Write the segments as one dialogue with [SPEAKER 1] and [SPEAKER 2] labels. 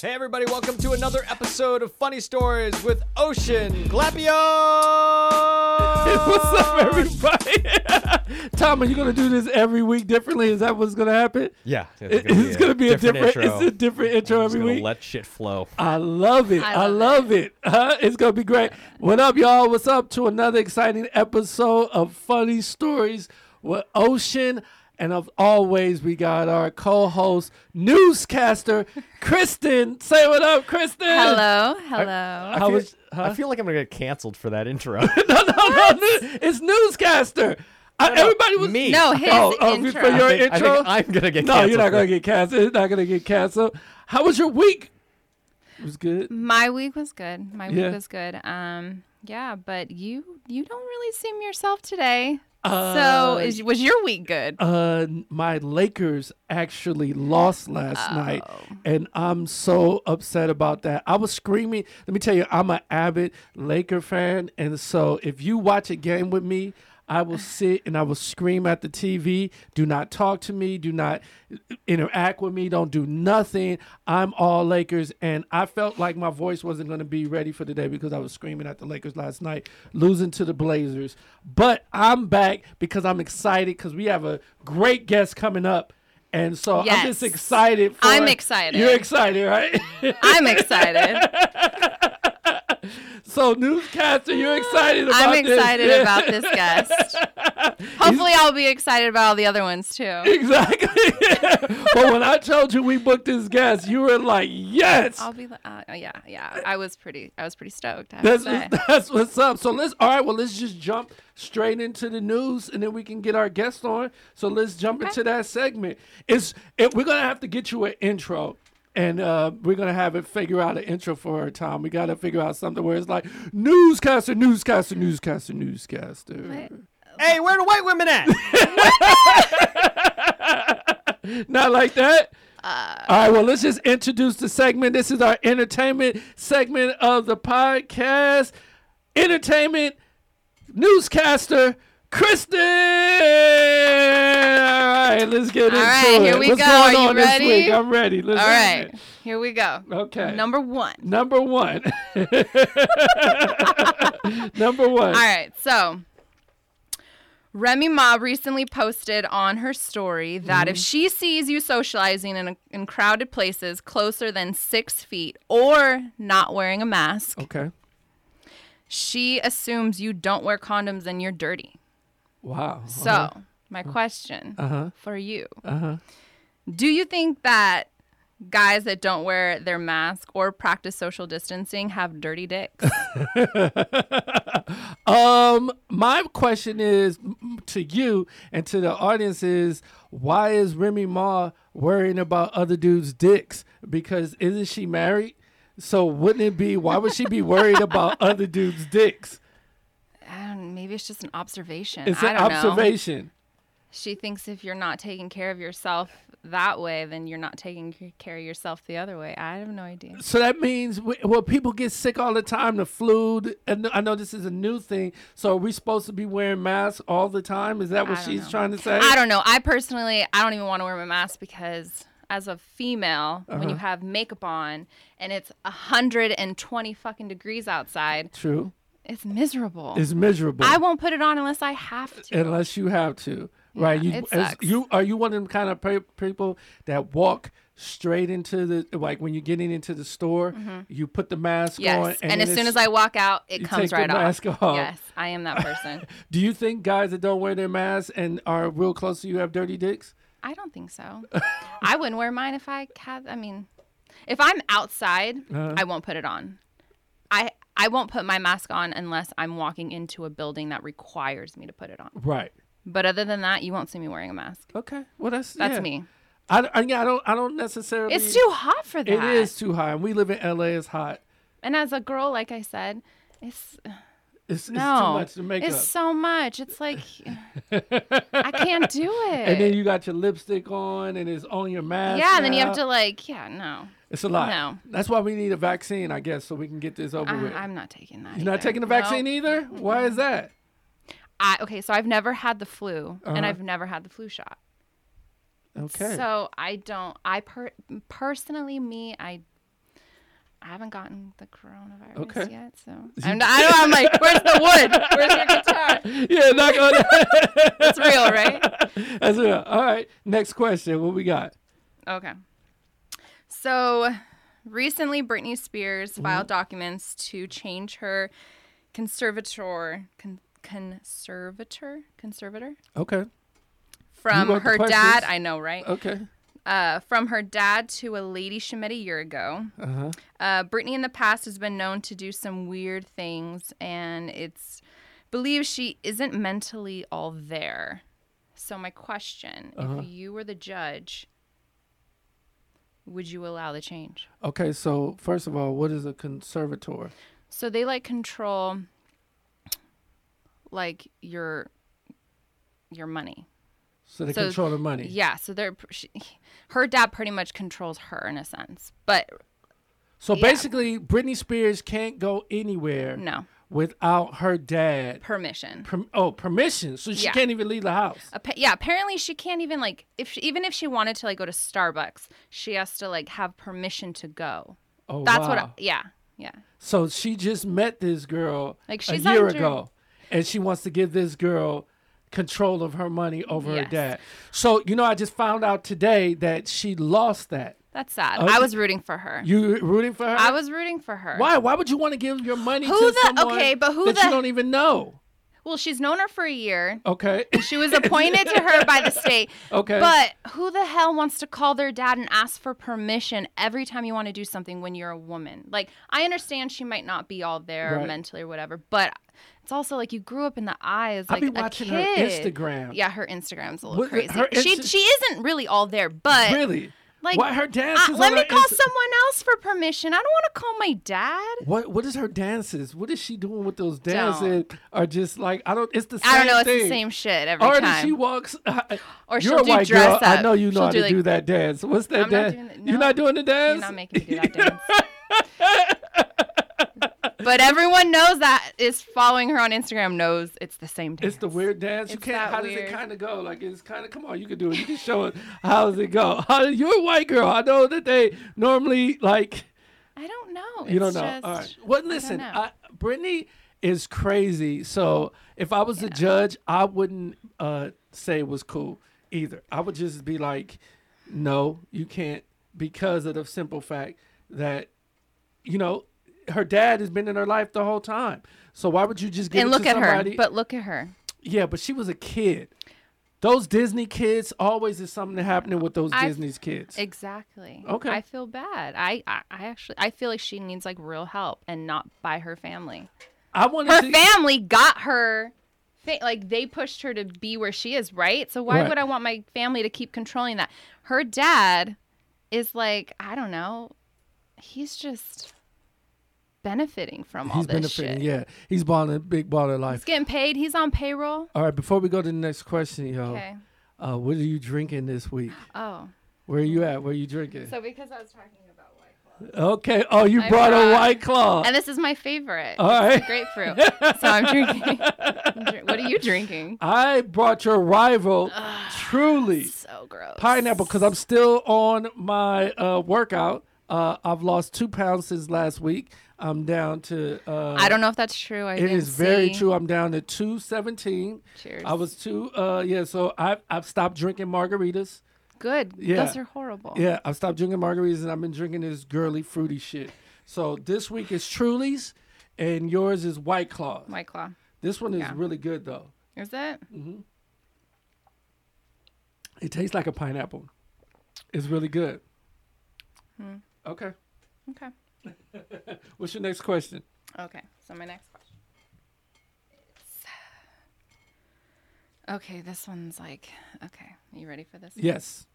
[SPEAKER 1] Hey, everybody, welcome to another episode of Funny Stories with Ocean Glapio!
[SPEAKER 2] What's up, everybody? Tom, are you gonna do this every week differently? Is that what's gonna happen?
[SPEAKER 1] Yeah,
[SPEAKER 2] It- it's gonna be a different. It's a different intro every week.
[SPEAKER 1] let shit flow.
[SPEAKER 2] I love it. I love, it. Huh? It's gonna be great. What up, y'all? What's up to another exciting episode of Funny Stories with Ocean. And of always, we got our co-host, newscaster Kristen. Say what up, Kristen.
[SPEAKER 3] Hello, hello.
[SPEAKER 2] How was? uh, Huh?
[SPEAKER 1] I feel like I'm gonna get canceled for that intro.
[SPEAKER 2] no, no, no, no. It's newscaster. I, everybody was
[SPEAKER 1] me.
[SPEAKER 3] no, his
[SPEAKER 2] Oh, oh,
[SPEAKER 3] intro.
[SPEAKER 2] for your
[SPEAKER 1] I think- I
[SPEAKER 2] intro.
[SPEAKER 1] think I'm gonna get
[SPEAKER 2] No,
[SPEAKER 1] canceled
[SPEAKER 2] you're not
[SPEAKER 1] for
[SPEAKER 2] gonna
[SPEAKER 1] that.
[SPEAKER 2] get canceled. It's not gonna get canceled. How was your week? It was good.
[SPEAKER 3] My week was good. My
[SPEAKER 2] Yeah.
[SPEAKER 3] week was good. Um, yeah, but you you don't really seem yourself today.
[SPEAKER 2] Uh,
[SPEAKER 3] so is, was your week good?
[SPEAKER 2] Uh, my Lakers actually lost last night, and I'm so upset about that. I was screaming. Let me tell you, I'm an avid Laker fan, and so if you watch a game with me, I will sit and I will scream at the TV. Do not talk to me. Do not interact with me. Don't do nothing. I'm all Lakers, and I felt like my voice wasn't going to be ready for today because I was screaming at the Lakers last night, losing to the Blazers. But I'm back because I'm excited because we have a great guest coming up, and so I'm just
[SPEAKER 3] Yes.
[SPEAKER 2] excited. For,
[SPEAKER 3] I'm excited.
[SPEAKER 2] You're excited, right?
[SPEAKER 3] I'm excited.
[SPEAKER 2] so, newscaster, you're excited about
[SPEAKER 3] I'm
[SPEAKER 2] this.
[SPEAKER 3] excited
[SPEAKER 2] Yeah.
[SPEAKER 3] about this guest. Hopefully, I'll be excited about all the other ones too.
[SPEAKER 2] Exactly. but when I told you we booked this guest, you were like, "Yes."
[SPEAKER 3] I'll be like, uh, yeah, yeah. I was pretty. I was pretty stoked. I have to
[SPEAKER 2] That's,
[SPEAKER 3] say.
[SPEAKER 2] that's what's up. So let's all right. Well, let's just jump straight into the news, and then we can get our guest on. So let's jump into that segment. It's it, we're gonna have to get you an intro, and uh, we're gonna have it figure out an intro for her. Tom, we gotta figure out something where it's like newscaster, newscaster, newscaster, newscaster.
[SPEAKER 1] Hey, where the white women at?
[SPEAKER 2] Not like that.
[SPEAKER 3] Uh,
[SPEAKER 2] All right, well, let's just introduce the segment. This is our entertainment segment of the podcast. Entertainment newscaster Kristen. All right, let's get into
[SPEAKER 3] right,
[SPEAKER 2] it.
[SPEAKER 3] here we
[SPEAKER 2] What's
[SPEAKER 3] go.
[SPEAKER 2] Going
[SPEAKER 3] Are you
[SPEAKER 2] on
[SPEAKER 3] ready?
[SPEAKER 2] This week? I'm ready. Let's
[SPEAKER 3] All
[SPEAKER 2] do it.
[SPEAKER 3] right, here we go.
[SPEAKER 2] Okay.
[SPEAKER 3] Number one.
[SPEAKER 2] Number one. Number one.
[SPEAKER 3] All right, so Remy Ma recently posted on her story that
[SPEAKER 2] Mm-hmm.
[SPEAKER 3] if she sees you socializing in, in crowded places closer than six feet or not wearing a mask,
[SPEAKER 2] Okay.
[SPEAKER 3] she assumes you don't wear condoms and you're dirty.
[SPEAKER 2] Wow.
[SPEAKER 3] So, my question
[SPEAKER 2] Uh-huh.
[SPEAKER 3] for you
[SPEAKER 2] Uh-huh.
[SPEAKER 3] do you think that guys that don't wear their mask or practice social distancing have dirty dicks?
[SPEAKER 2] Um, my question is mm, to you and to the audience is why is Remy Ma worrying about other dudes' dicks? Because isn't she married? So wouldn't it be why would she be worried about other dudes' dicks?
[SPEAKER 3] I don't, maybe it's just an observation.
[SPEAKER 2] It's
[SPEAKER 3] I
[SPEAKER 2] an
[SPEAKER 3] don't Know.
[SPEAKER 2] observation.
[SPEAKER 3] she thinks if you're not taking care of yourself that way, then you're not taking c- care of yourself the other way. I have no idea.
[SPEAKER 2] So that means w well, people get sick all the time. The flu, the- and I know this is a new thing. So are we supposed to be wearing masks all the time? Is that what
[SPEAKER 3] I don't
[SPEAKER 2] she's
[SPEAKER 3] know.
[SPEAKER 2] trying to say?
[SPEAKER 3] I don't know. I personally, I don't even want to wear my mask because as a female, when
[SPEAKER 2] Uh-huh.
[SPEAKER 3] you have makeup on and it's 120 fucking degrees outside,
[SPEAKER 2] True.
[SPEAKER 3] it's miserable.
[SPEAKER 2] It's miserable.
[SPEAKER 3] I won't put it on unless I have to.
[SPEAKER 2] unless you have to, right? You
[SPEAKER 3] it
[SPEAKER 2] as-
[SPEAKER 3] sucks.
[SPEAKER 2] you are you one of them kind of pe- people that walk straight into the like when you're getting into the store, you put the mask on,
[SPEAKER 3] Mm-hmm. Yes. And,
[SPEAKER 2] then
[SPEAKER 3] as soon
[SPEAKER 2] it's-
[SPEAKER 3] as I walk out, it
[SPEAKER 2] you take
[SPEAKER 3] comes
[SPEAKER 2] the
[SPEAKER 3] right
[SPEAKER 2] mask
[SPEAKER 3] off.
[SPEAKER 2] off.
[SPEAKER 3] Yes, I am that person.
[SPEAKER 2] do you think guys that don't wear their masks and are real close to you have dirty dicks?
[SPEAKER 3] I don't think so. I wouldn't wear mine if I had. I mean, if I'm outside,
[SPEAKER 2] Uh-huh.
[SPEAKER 3] I won't put it on. I I won't put my mask on unless I'm walking into a building that requires me to put it on.
[SPEAKER 2] Right.
[SPEAKER 3] But other than that, you won't see me wearing a mask.
[SPEAKER 2] Okay. Well, that's
[SPEAKER 3] That's
[SPEAKER 2] yeah.
[SPEAKER 3] me.
[SPEAKER 2] I, I, yeah, I don't I don't necessarily.
[SPEAKER 3] It's too hot for that.
[SPEAKER 2] It is too high, and we live in LA. It's hot.
[SPEAKER 3] And as a girl, like I said, it's
[SPEAKER 2] It's,
[SPEAKER 3] no,
[SPEAKER 2] it's too much to make up.
[SPEAKER 3] it's so much. It's like I can't do it.
[SPEAKER 2] and then you got your lipstick on, and it's on your mask.
[SPEAKER 3] yeah, and then you
[SPEAKER 2] now.
[SPEAKER 3] have to like, yeah, no,
[SPEAKER 2] It's a lot.
[SPEAKER 3] No.
[SPEAKER 2] That's why we need a vaccine, I guess, so we can get this over
[SPEAKER 3] I,
[SPEAKER 2] with.
[SPEAKER 3] I'm not taking that.
[SPEAKER 2] You're not
[SPEAKER 3] either.
[SPEAKER 2] taking the
[SPEAKER 3] No.
[SPEAKER 2] vaccine either? Why is that?
[SPEAKER 3] I okay, so I've never had the flu and I've never had the flu shot.
[SPEAKER 2] Uh-huh. Okay.
[SPEAKER 3] So I don't I per- personally me I I haven't gotten the coronavirus
[SPEAKER 2] Okay.
[SPEAKER 3] yet, so I'm, not, I know I'm like, where's the wood? Where's your guitar?
[SPEAKER 2] Yeah, not gonna.
[SPEAKER 3] It's real, right?
[SPEAKER 2] That's real. All right. Next question. What we got?
[SPEAKER 3] Okay. So recently, Britney Spears
[SPEAKER 2] Mm-hmm.
[SPEAKER 3] filed documents to change her conservator, con- conservator, conservator
[SPEAKER 2] Okay.
[SPEAKER 3] from
[SPEAKER 2] got the
[SPEAKER 3] her dad.
[SPEAKER 2] questions.
[SPEAKER 3] I know, right?
[SPEAKER 2] Okay.
[SPEAKER 3] Uh, from her dad to a lady she met a year ago.
[SPEAKER 2] Uh-huh.
[SPEAKER 3] Uh, Britney in the past has been known to do some weird things, and it's believed she isn't mentally all there. So my question: If you were the judge, would you allow the change?
[SPEAKER 2] Okay. So first of all, what is a conservator?
[SPEAKER 3] So they like control, like your your money.
[SPEAKER 2] So they
[SPEAKER 3] So,
[SPEAKER 2] control the money.
[SPEAKER 3] Yeah. So they're pr- she, her dad pretty much controls her in a sense, but
[SPEAKER 2] So
[SPEAKER 3] yeah.
[SPEAKER 2] basically, Britney Spears can't go anywhere
[SPEAKER 3] no
[SPEAKER 2] without her dad.
[SPEAKER 3] permission.
[SPEAKER 2] Per- oh, permission. So she
[SPEAKER 3] Yeah.
[SPEAKER 2] can't even leave the house.
[SPEAKER 3] Appa- yeah, apparently she can't even like if she, even if she wanted to like go to Starbucks, she has to like have permission to go.
[SPEAKER 2] Oh,
[SPEAKER 3] That's
[SPEAKER 2] wow.
[SPEAKER 3] what. I, yeah, yeah.
[SPEAKER 2] So she just met this girl
[SPEAKER 3] Like,
[SPEAKER 2] a
[SPEAKER 3] she's
[SPEAKER 2] year
[SPEAKER 3] under-
[SPEAKER 2] ago, and she wants to give this girl control of her money over her
[SPEAKER 3] Yes.
[SPEAKER 2] dad. So you know, I just found out today that she lost that.
[SPEAKER 3] That's sad.
[SPEAKER 2] Okay.
[SPEAKER 3] I was rooting for her.
[SPEAKER 2] Oh, You rooting for her?
[SPEAKER 3] I was rooting for her.
[SPEAKER 2] Why? Why would you want to give your money
[SPEAKER 3] Who
[SPEAKER 2] to
[SPEAKER 3] the-
[SPEAKER 2] someone
[SPEAKER 3] okay, but who
[SPEAKER 2] that you
[SPEAKER 3] the-
[SPEAKER 2] don't even know?
[SPEAKER 3] Well, she's known her for a year.
[SPEAKER 2] Okay.
[SPEAKER 3] She was appointed to her by the state.
[SPEAKER 2] Okay.
[SPEAKER 3] But who the hell wants to call their dad and ask for permission every time you want to do something when you're a woman? Like, I understand she might not be all there
[SPEAKER 2] Right.
[SPEAKER 3] mentally or whatever, but it's also like you grew up in the eyes.
[SPEAKER 2] I've
[SPEAKER 3] Like
[SPEAKER 2] been
[SPEAKER 3] a
[SPEAKER 2] watching her
[SPEAKER 3] kid.
[SPEAKER 2] Instagram.
[SPEAKER 3] Yeah, her Instagram's a little
[SPEAKER 2] What-
[SPEAKER 3] crazy.
[SPEAKER 2] her
[SPEAKER 3] she
[SPEAKER 2] Insta-
[SPEAKER 3] she isn't really all there, but
[SPEAKER 2] really?
[SPEAKER 3] like,
[SPEAKER 2] Why her
[SPEAKER 3] I-
[SPEAKER 2] dances?
[SPEAKER 3] let
[SPEAKER 2] on
[SPEAKER 3] me
[SPEAKER 2] her
[SPEAKER 3] call
[SPEAKER 2] Insta-
[SPEAKER 3] someone else for permission. I don't want to call my dad.
[SPEAKER 2] What what is her dances? What is she doing with those
[SPEAKER 3] Don't.
[SPEAKER 2] dances? Are just like I don't. It's the same
[SPEAKER 3] I don't know. It's
[SPEAKER 2] thing.
[SPEAKER 3] the same shit every
[SPEAKER 2] Already
[SPEAKER 3] time.
[SPEAKER 2] she walks. uh,
[SPEAKER 3] Or
[SPEAKER 2] you're
[SPEAKER 3] she'll
[SPEAKER 2] a
[SPEAKER 3] do
[SPEAKER 2] white
[SPEAKER 3] dress
[SPEAKER 2] girl. I
[SPEAKER 3] up.
[SPEAKER 2] know you know
[SPEAKER 3] She'll
[SPEAKER 2] how
[SPEAKER 3] do,
[SPEAKER 2] to
[SPEAKER 3] like-
[SPEAKER 2] do that dance. What's that
[SPEAKER 3] I'm not
[SPEAKER 2] dance?
[SPEAKER 3] doing that-
[SPEAKER 2] You're
[SPEAKER 3] no.
[SPEAKER 2] not doing the dance.
[SPEAKER 3] You're not making me do that dance. but everyone knows that is following her on Instagram knows it's the same dance.
[SPEAKER 2] It's the weird dance. You
[SPEAKER 3] It's
[SPEAKER 2] can't.
[SPEAKER 3] that
[SPEAKER 2] How does
[SPEAKER 3] weird.
[SPEAKER 2] it kind of go? Like it's kind of. Come on, you can do it. You can show it. How does it go? How, you're a white girl. I know that they normally like.
[SPEAKER 3] I don't know.
[SPEAKER 2] You don't
[SPEAKER 3] It's
[SPEAKER 2] know.
[SPEAKER 3] Just,
[SPEAKER 2] All right. Well, listen. I, Brittany is crazy. So if I was the judge, I wouldn't uh, say it was cool either. I would just be like, no, you can't, because of the simple fact that, you know, her dad has been in her life the whole time. So why would you just give
[SPEAKER 3] and
[SPEAKER 2] it
[SPEAKER 3] look
[SPEAKER 2] to
[SPEAKER 3] at
[SPEAKER 2] somebody?
[SPEAKER 3] her. But look at her.
[SPEAKER 2] Yeah, but she was a kid. Those Disney kids always is something happening with those
[SPEAKER 3] I-
[SPEAKER 2] Disney's kids.
[SPEAKER 3] Exactly.
[SPEAKER 2] Okay.
[SPEAKER 3] I feel bad. I, I I actually I feel like she needs like real help and not by her family.
[SPEAKER 2] I wanted
[SPEAKER 3] Her
[SPEAKER 2] to,
[SPEAKER 3] family got her. fa- Like they pushed her to be where she is, right? So why
[SPEAKER 2] Right.
[SPEAKER 3] would I want my family to keep controlling that? Her dad is like, I don't know. He's just benefiting from all
[SPEAKER 2] he's
[SPEAKER 3] this
[SPEAKER 2] benefiting.
[SPEAKER 3] shit.
[SPEAKER 2] Yeah, he's balling, big baller life.
[SPEAKER 3] He's getting paid. He's on payroll.
[SPEAKER 2] All right, before we go to the next question, yo,
[SPEAKER 3] Okay.
[SPEAKER 2] uh, what are you drinking this week?
[SPEAKER 3] Oh.
[SPEAKER 2] Where are you at? Where are you drinking?
[SPEAKER 3] So because I was talking about white claw,
[SPEAKER 2] okay. Oh, you
[SPEAKER 3] I
[SPEAKER 2] brought a
[SPEAKER 3] brought-
[SPEAKER 2] white claw.
[SPEAKER 3] and this is my favorite.
[SPEAKER 2] Oh. All right.
[SPEAKER 3] It's grapefruit. so I'm drinking. I'm drink- what are you drinking?
[SPEAKER 2] I brought your rival, truly
[SPEAKER 3] So gross.
[SPEAKER 2] pineapple, because I'm still on my uh, workout. Uh, I've lost two pounds since last week. I'm down to. Uh,
[SPEAKER 3] I don't know if that's true. I
[SPEAKER 2] It
[SPEAKER 3] didn't
[SPEAKER 2] is very
[SPEAKER 3] see.
[SPEAKER 2] true. I'm down to two seventeen.
[SPEAKER 3] Cheers.
[SPEAKER 2] I was two. Uh, yeah. So I I've stopped drinking margaritas.
[SPEAKER 3] Good.
[SPEAKER 2] Yeah.
[SPEAKER 3] Those are horrible.
[SPEAKER 2] Yeah, I've stopped drinking margaritas and I've been drinking this girly fruity shit. So this week is Truly's, and yours is White Claw.
[SPEAKER 3] White Claw.
[SPEAKER 2] This one is
[SPEAKER 3] Yeah.
[SPEAKER 2] really good though.
[SPEAKER 3] Is it?
[SPEAKER 2] Mm-hmm. It tastes like a pineapple. It's really good.
[SPEAKER 3] Hmm.
[SPEAKER 2] Okay.
[SPEAKER 3] Okay.
[SPEAKER 2] What's your next question?
[SPEAKER 3] Okay. So my next question. is- Okay, this one's like, okay, you ready for this?
[SPEAKER 2] Yes.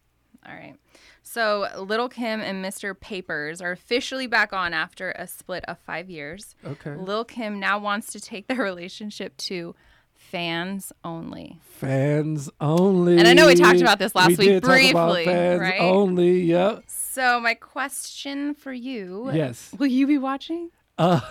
[SPEAKER 3] All right. So, Little Kim and Mr. Papers are officially back on after a split of five years.
[SPEAKER 2] Okay.
[SPEAKER 3] Lil Kim now wants to take their relationship to fans only.
[SPEAKER 2] Fans only.
[SPEAKER 3] And I know we talked about this last
[SPEAKER 2] We
[SPEAKER 3] week
[SPEAKER 2] did talk about
[SPEAKER 3] briefly,
[SPEAKER 2] fans
[SPEAKER 3] right?
[SPEAKER 2] Only. Yep.
[SPEAKER 3] So, my question for you
[SPEAKER 2] Yes.
[SPEAKER 3] Will you be watching?
[SPEAKER 2] I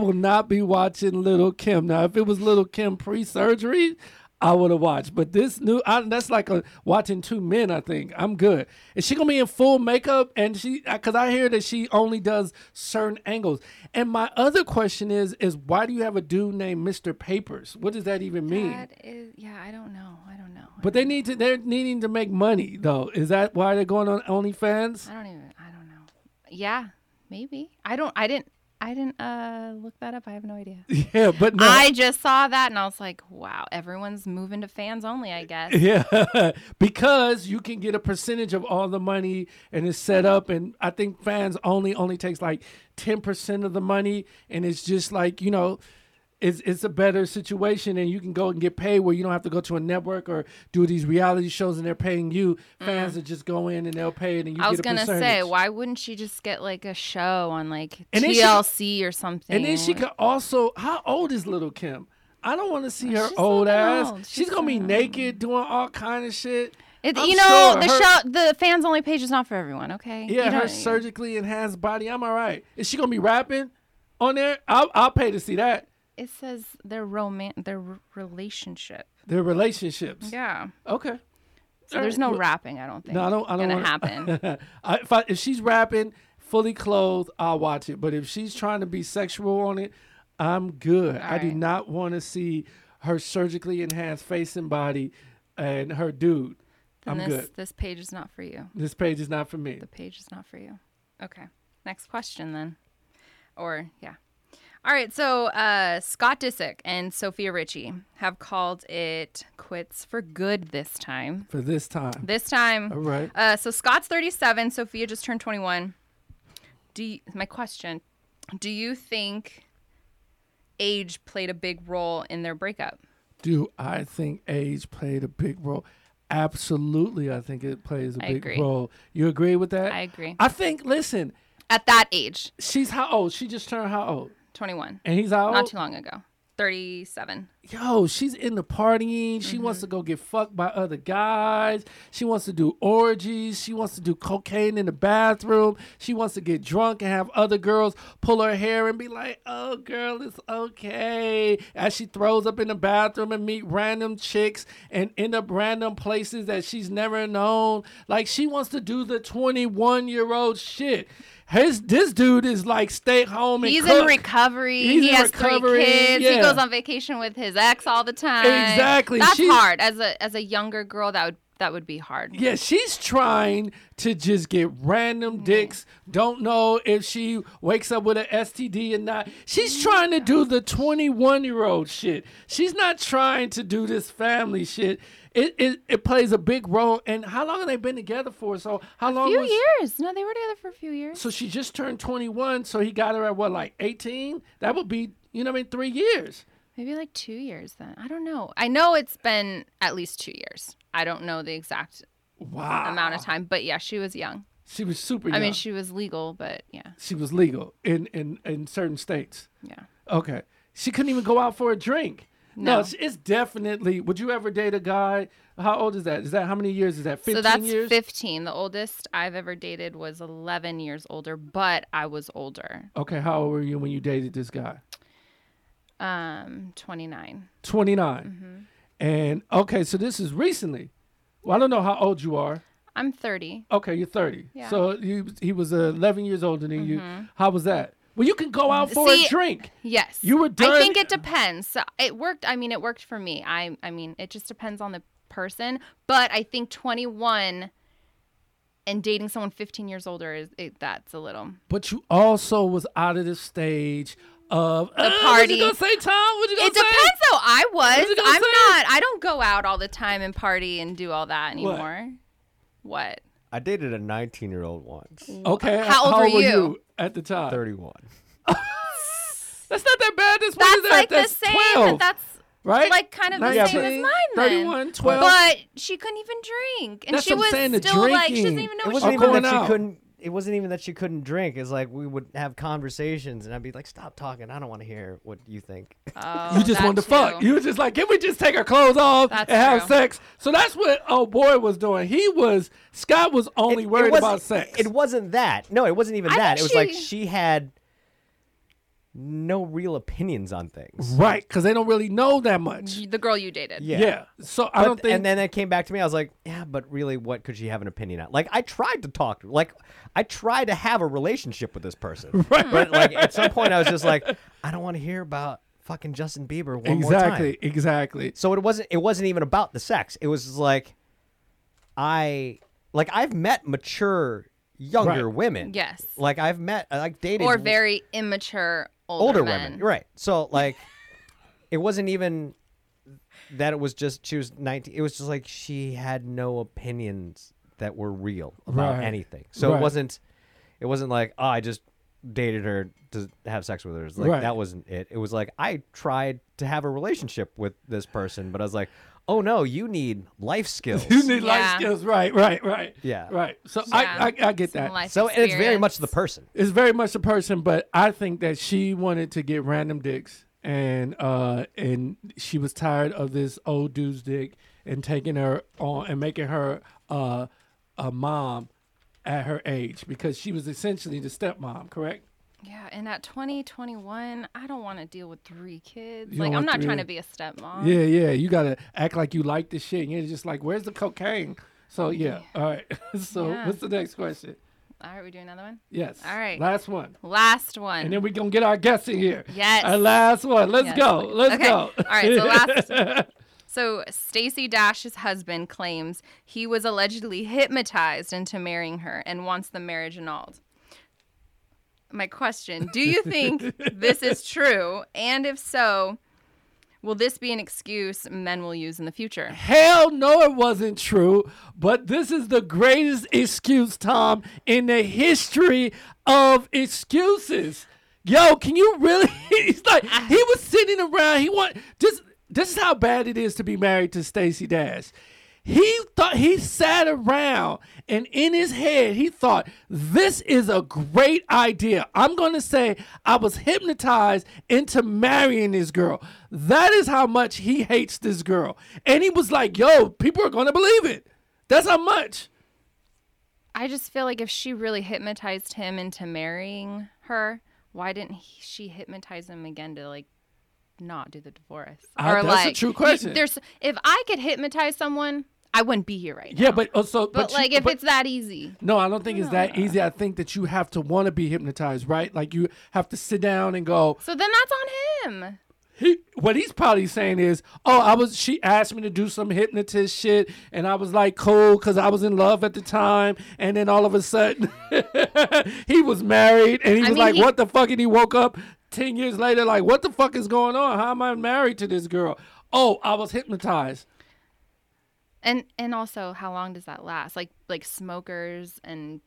[SPEAKER 2] will not be watching Little Kim. Now, if it was Little Kim pre surgery, I would have watched. But this new, I, that's like a watching two men. I think I'm good. Is she gonna be in full makeup? And she, because I hear that she only does certain angles. And my other question is, is why do you have a dude named Mister Papers? What does that even mean?
[SPEAKER 3] That is, yeah, I don't know. I don't know.
[SPEAKER 2] but they need to. They're needing to make money, though. Is that why they're going on OnlyFans?
[SPEAKER 3] I don't even. I don't know. Yeah, maybe. I don't. I didn't. I didn't uh, look that up. I have no idea.
[SPEAKER 2] Yeah, but no.
[SPEAKER 3] I just saw that and I was like, wow, everyone's moving to fans only, I guess.
[SPEAKER 2] Yeah, because you can get a percentage of all the money, and it's set up. And I think fans only only takes like ten percent of the money, and it's just like you know, it's it's a better situation, and you can go and get paid where you don't have to go to a network or do these reality shows, and they're paying you. Fans that just go in and they'll pay it, and you
[SPEAKER 3] Mm-hmm. I
[SPEAKER 2] get
[SPEAKER 3] was
[SPEAKER 2] a
[SPEAKER 3] gonna
[SPEAKER 2] percentage.
[SPEAKER 3] say, why wouldn't she just get like a show on like
[SPEAKER 2] And then she-
[SPEAKER 3] TLC or something?
[SPEAKER 2] And then she
[SPEAKER 3] like-
[SPEAKER 2] could also. How old is little Kim? I don't want to see her
[SPEAKER 3] She's not
[SPEAKER 2] old
[SPEAKER 3] that
[SPEAKER 2] ass.
[SPEAKER 3] old.
[SPEAKER 2] She's,
[SPEAKER 3] She's
[SPEAKER 2] gonna be
[SPEAKER 3] not.
[SPEAKER 2] naked doing all kind of shit.
[SPEAKER 3] It-
[SPEAKER 2] I'm
[SPEAKER 3] you know,
[SPEAKER 2] sure
[SPEAKER 3] the
[SPEAKER 2] her-
[SPEAKER 3] show, the fans only page is not for everyone. Okay. You
[SPEAKER 2] Yeah, her
[SPEAKER 3] don't-
[SPEAKER 2] surgically enhanced body. I'm all right. Is she gonna be rapping on there? I'll, I'll pay to see that.
[SPEAKER 3] It says their romance, their r- relationship.
[SPEAKER 2] Their relationships.
[SPEAKER 3] Yeah.
[SPEAKER 2] Okay.
[SPEAKER 3] So there's no rapping. I don't think.
[SPEAKER 2] No, I don't. I don't
[SPEAKER 3] gonna
[SPEAKER 2] wanna-
[SPEAKER 3] happen.
[SPEAKER 2] I, if, I, if she's rapping fully clothed, I'll watch it. But if she's trying to be sexual on it, I'm good. I do
[SPEAKER 3] right.
[SPEAKER 2] not want to see her surgically enhanced face and body, and her dude.
[SPEAKER 3] Then
[SPEAKER 2] I'm
[SPEAKER 3] this
[SPEAKER 2] good.
[SPEAKER 3] this page is not for you.
[SPEAKER 2] This page is not for me.
[SPEAKER 3] The page is not for you. Okay. Next question then. Or yeah. All right, so uh, Scott Disick and Sophia Ritchie have called it quits for good this time.
[SPEAKER 2] For this time.
[SPEAKER 3] This time.
[SPEAKER 2] All right.
[SPEAKER 3] Uh, so Scott's 37. Sophia just turned 21. Do you, my question? Do you think age played a big role in their breakup?
[SPEAKER 2] Do I think age played a big role? Absolutely, I think it plays a
[SPEAKER 3] I
[SPEAKER 2] big
[SPEAKER 3] agree.
[SPEAKER 2] role. You agree with that?
[SPEAKER 3] I agree.
[SPEAKER 2] I think. Listen,
[SPEAKER 3] At that age,
[SPEAKER 2] she's how old? She just turned how old?
[SPEAKER 3] 21,
[SPEAKER 2] And he's how
[SPEAKER 3] not
[SPEAKER 2] old?
[SPEAKER 3] too long ago, 37.
[SPEAKER 2] Yo, she's in the partying. She
[SPEAKER 3] Mm-hmm.
[SPEAKER 2] wants to go get fucked by other guys. She wants to do orgies. She wants to do cocaine in the bathroom. She wants to get drunk and have other girls pull her hair and be like, "Oh, girl, it's okay." As she throws up in the bathroom and meet random chicks and end up random places that she's never known. Like she wants to do the twenty-one-year-old shit. His this dude is like stay home and
[SPEAKER 3] He's in
[SPEAKER 2] cook.
[SPEAKER 3] recovery.
[SPEAKER 2] He's
[SPEAKER 3] he
[SPEAKER 2] in
[SPEAKER 3] has
[SPEAKER 2] recovery,
[SPEAKER 3] three kids. He
[SPEAKER 2] yeah.
[SPEAKER 3] goes on vacation with his ex all the time.
[SPEAKER 2] Exactly.
[SPEAKER 3] That's
[SPEAKER 2] She's-
[SPEAKER 3] hard as a as a younger girl. That would that would be hard.
[SPEAKER 2] Yeah, she's trying to just get
[SPEAKER 3] Mm.
[SPEAKER 2] random dicks. Don't know if she wakes up with an STD or not. She's trying to do the 21 year old shit. She's not trying to do this family shit. It, it it plays a big role. And how long have they been together for? So how
[SPEAKER 3] A
[SPEAKER 2] long?
[SPEAKER 3] few
[SPEAKER 2] was,
[SPEAKER 3] years. No, they were together for a few years.
[SPEAKER 2] So she just turned 21. So he got her at what, like 18? That would be, you know what I mean, three years.
[SPEAKER 3] Maybe like two years then. I don't know. I know it's been at least two years. I don't know the exact
[SPEAKER 2] Wow.
[SPEAKER 3] amount of time, but yeah, she was young.
[SPEAKER 2] She was super young.
[SPEAKER 3] I mean, she was legal, but yeah,
[SPEAKER 2] she was legal in, in, in certain states.
[SPEAKER 3] yeah.
[SPEAKER 2] Okay. She couldn't even go out for a drink. No,
[SPEAKER 3] No.
[SPEAKER 2] it's, it's definitely. Would you ever date a guy? How old is that? Is that how many years is that? Fifteen
[SPEAKER 3] So that's
[SPEAKER 2] years.
[SPEAKER 3] 15. The oldest I've ever dated was 11 years older, but I was older,
[SPEAKER 2] okay, how old were you when you dated this guy?
[SPEAKER 3] um, 29.
[SPEAKER 2] Twenty
[SPEAKER 3] Mm-hmm.
[SPEAKER 2] And okay, so this is recently. Well, I don't know how old you are.
[SPEAKER 3] I'm 30.
[SPEAKER 2] Okay, you're thirty.
[SPEAKER 3] Yeah. Mm-hmm.
[SPEAKER 2] So you, he was eleven years older than you. How was that? Well, you can go out for
[SPEAKER 3] See-
[SPEAKER 2] a drink.
[SPEAKER 3] Yes.
[SPEAKER 2] You were
[SPEAKER 3] I think
[SPEAKER 2] dirty-
[SPEAKER 3] it depends. So it worked. I mean, it worked for me. I I mean, it just depends on the person. But I think 21 and dating someone 15 years older is it, that's a little.
[SPEAKER 2] But you also was out of the stage of the What
[SPEAKER 3] party.
[SPEAKER 2] you gonna say, Tom? What you gonna
[SPEAKER 3] It
[SPEAKER 2] say?
[SPEAKER 3] depends though. I was.
[SPEAKER 2] it gonna
[SPEAKER 3] I'm
[SPEAKER 2] say?
[SPEAKER 3] not. I don't go out all the time and party and do all that anymore. What?
[SPEAKER 1] I dated a 19 year old once,
[SPEAKER 2] Okay.
[SPEAKER 3] How old were
[SPEAKER 2] were
[SPEAKER 3] you?
[SPEAKER 2] you at the time?
[SPEAKER 1] 31.
[SPEAKER 2] That's not that bad. This
[SPEAKER 3] That's
[SPEAKER 2] one is
[SPEAKER 3] like
[SPEAKER 2] that. That's
[SPEAKER 3] the same.
[SPEAKER 2] 12,
[SPEAKER 3] But that's
[SPEAKER 2] right?
[SPEAKER 3] like kind of the same as
[SPEAKER 2] 19,
[SPEAKER 3] mine then.
[SPEAKER 2] 31, 12.
[SPEAKER 3] But she couldn't even drink, and
[SPEAKER 2] That's
[SPEAKER 3] she
[SPEAKER 2] what I'm
[SPEAKER 3] was
[SPEAKER 2] saying, the
[SPEAKER 3] still like she doesn't
[SPEAKER 2] drinking.
[SPEAKER 3] even know
[SPEAKER 1] It
[SPEAKER 3] what
[SPEAKER 1] wasn't
[SPEAKER 2] I'm
[SPEAKER 3] she
[SPEAKER 1] even
[SPEAKER 2] going
[SPEAKER 1] that she
[SPEAKER 2] out.
[SPEAKER 1] couldn't. It wasn't even that she couldn't drink. It's like we would have conversations, and I'd be like, "Stop talking. I don't want to hear what you think."
[SPEAKER 3] Oh,
[SPEAKER 2] you just
[SPEAKER 3] that
[SPEAKER 2] wanted to fuck.
[SPEAKER 3] too.
[SPEAKER 2] You was just like, can we just take our clothes off
[SPEAKER 3] That's
[SPEAKER 2] and have
[SPEAKER 3] true.
[SPEAKER 2] sex? So that's what old boy was doing. He was Scott was only worried
[SPEAKER 1] wasn't-
[SPEAKER 2] about sex.
[SPEAKER 1] It wasn't that. No, it wasn't even
[SPEAKER 3] I
[SPEAKER 1] that.
[SPEAKER 3] think
[SPEAKER 1] It was like
[SPEAKER 3] she-
[SPEAKER 1] she had no real opinions on things.
[SPEAKER 2] Right, because they don't really know that much.
[SPEAKER 3] Y- The girl you dated.
[SPEAKER 1] Yeah.
[SPEAKER 2] Yeah. So I
[SPEAKER 1] But-
[SPEAKER 2] don't think.
[SPEAKER 1] and then it came back to me. I was like, yeah, but really, what could she have an opinion on? Like, I tried to talk to, like, I tried to have a relationship with this person. Right. But, like, at some point, I was just like, I don't want to hear about fucking Justin Bieber one more time.
[SPEAKER 2] exactly. Exactly.
[SPEAKER 1] So it wasn't it wasn't even about the sex. It was just like I like I've met mature younger
[SPEAKER 2] Right.
[SPEAKER 1] women.
[SPEAKER 3] Yes.
[SPEAKER 1] Like I've met I, like dated
[SPEAKER 3] Or
[SPEAKER 1] w-
[SPEAKER 3] very immature older,
[SPEAKER 1] older
[SPEAKER 3] men.
[SPEAKER 1] women. Right. So like it wasn't even that it was just she was 19 it was just like she had no opinions that were real about
[SPEAKER 2] Right.
[SPEAKER 1] anything. So
[SPEAKER 2] Right.
[SPEAKER 1] it wasn't it wasn't like oh I just dated her to have sex with her. It's like
[SPEAKER 2] Right.
[SPEAKER 1] that wasn't it. It was like I tried to have a relationship with this person, but I was like, "Oh no, you need life skills."
[SPEAKER 2] You need
[SPEAKER 3] Yeah.
[SPEAKER 2] life skills. Right. Right. Right.
[SPEAKER 1] Yeah.
[SPEAKER 2] Right. So
[SPEAKER 3] Yeah.
[SPEAKER 2] I, I I get
[SPEAKER 3] Some
[SPEAKER 2] that.
[SPEAKER 3] life
[SPEAKER 1] so and it's very much the
[SPEAKER 3] experience.
[SPEAKER 1] person.
[SPEAKER 2] It's very much a person, but I think that she wanted to get random dicks, and uh, and she was tired of this old dude's dick and taking her on and making her uh, a mom at her age because she was essentially the stepmom, correct?
[SPEAKER 3] Yeah, and at 20, 21, I don't want to deal with three kids.
[SPEAKER 2] You
[SPEAKER 3] like,
[SPEAKER 2] don't
[SPEAKER 3] I'm
[SPEAKER 2] want
[SPEAKER 3] not
[SPEAKER 2] three.
[SPEAKER 3] trying to be a stepmom.
[SPEAKER 2] Yeah, yeah. You gotta act like you like this shit. And you're just like, where's the cocaine? So yeah. All right. so
[SPEAKER 3] Yeah.
[SPEAKER 2] what's the next question?
[SPEAKER 3] All right, we do another one.
[SPEAKER 2] Yes.
[SPEAKER 3] All right.
[SPEAKER 2] Last one.
[SPEAKER 3] Last one.
[SPEAKER 2] And then we gonna get our guests in here.
[SPEAKER 3] Yes.
[SPEAKER 2] Our last one. Let's
[SPEAKER 3] Yes,
[SPEAKER 2] go.
[SPEAKER 3] please.
[SPEAKER 2] Let's
[SPEAKER 3] Okay.
[SPEAKER 2] go.
[SPEAKER 3] All right. So last. so Stacy Dash's husband claims he was allegedly hypnotized into marrying her and wants the marriage annulled. My question: Do you think this is true? And if so, will this be an excuse men will use in the future?
[SPEAKER 2] Hell no, it wasn't true. But this is the greatest excuse, Tom, in the history of excuses. Yo, can you really? He's like he was sitting around. He want this. This is how bad it is to be married to Stacy Dash. He thought he sat around and in his head he thought this is a great idea. I'm going to say I was hypnotized into marrying this girl. That is how much he hates this girl. And he was like, "Yo, people are going to believe it." That's how much.
[SPEAKER 3] I just feel like if she really hypnotized him into marrying her, why didn't he, she hypnotize him again to like not do the divorce?
[SPEAKER 2] Ah, that's a true question.
[SPEAKER 3] You, there's if I could hypnotize someone, I wouldn't be here right now.
[SPEAKER 2] Yeah, but also
[SPEAKER 3] But,
[SPEAKER 2] you-
[SPEAKER 3] like if
[SPEAKER 2] but-
[SPEAKER 3] it's that easy,
[SPEAKER 2] No, I don't think it's that easy. I think that you have to want to be hypnotized, right? Like you have to sit down and go.
[SPEAKER 3] so then that's on him.
[SPEAKER 2] He, what he's probably saying is, "Oh, I was." She asked me to do some hypnotist shit, and I was like, "Cool," because I was in love at the time. And then all of a sudden, he was married, and he was
[SPEAKER 3] I mean,
[SPEAKER 2] like,
[SPEAKER 3] he-
[SPEAKER 2] "What the fuck?" And he woke up ten years later, like, "What the fuck is going on? How am I married to this girl?" Oh, I was hypnotized.
[SPEAKER 3] And and also, how long does that last? Like like smokers and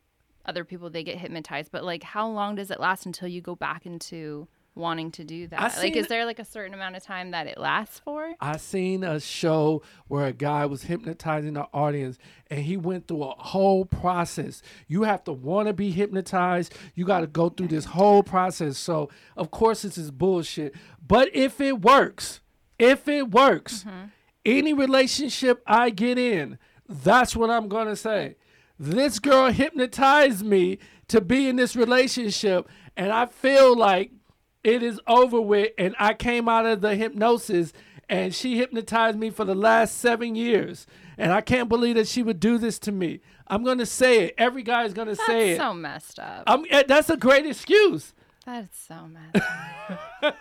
[SPEAKER 3] other people, they get hypnotized. But like, how long does it last until you go back into wanting to do that? like,
[SPEAKER 2] seen-
[SPEAKER 3] is there like a certain amount of time that it lasts for?
[SPEAKER 2] I seen a show where a guy was hypnotizing the audience and he went through a whole process. You have to want to be hypnotized. You got to go through this whole process. So, of course, this is bullshit. But if it works, if it works, any relationship I get in, that's what I'm going to say. This girl hypnotized me to be in this relationship, and I feel like it is over with and i came out of the hypnosis and she hypnotized me for the last seven years and i can't believe that she would do this to me i'm gonna say it every guy is gonna say it
[SPEAKER 3] That's so messed up.
[SPEAKER 2] I'm, eh, that's a great excuse
[SPEAKER 3] That's so messed up.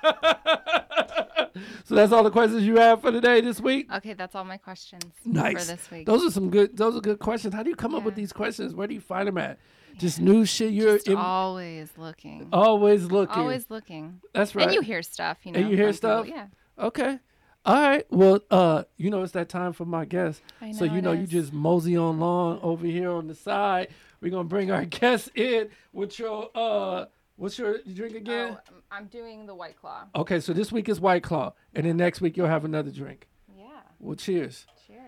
[SPEAKER 2] so that's all the questions you have for today this week
[SPEAKER 3] Okay, that's all my questions
[SPEAKER 2] nice
[SPEAKER 3] Uh, for this week.
[SPEAKER 2] those are some good those are good questions how do you come up with
[SPEAKER 3] Yeah.
[SPEAKER 2] these questions where do you find them at just new shit you're
[SPEAKER 3] Just
[SPEAKER 2] in-
[SPEAKER 3] always looking.
[SPEAKER 2] always looking
[SPEAKER 3] Always looking.
[SPEAKER 2] Oh, that's right
[SPEAKER 3] And you hear stuff, you know.
[SPEAKER 2] And you hear
[SPEAKER 3] from people.
[SPEAKER 2] stuff?
[SPEAKER 3] Yeah.
[SPEAKER 2] Okay. All right. Well, uh, you know it's that time for my guest.
[SPEAKER 3] I
[SPEAKER 2] so
[SPEAKER 3] know
[SPEAKER 2] you
[SPEAKER 3] it
[SPEAKER 2] know you
[SPEAKER 3] is.
[SPEAKER 2] just mosey on long over here on the side. We're gonna bring our guest in with your uh what's your you drink again?
[SPEAKER 3] Oh, um, I'm doing the White Claw.
[SPEAKER 2] Okay, so this week is White Claw, and then next week you'll have another drink.
[SPEAKER 3] Yeah.
[SPEAKER 2] Well, cheers.
[SPEAKER 3] Cheers.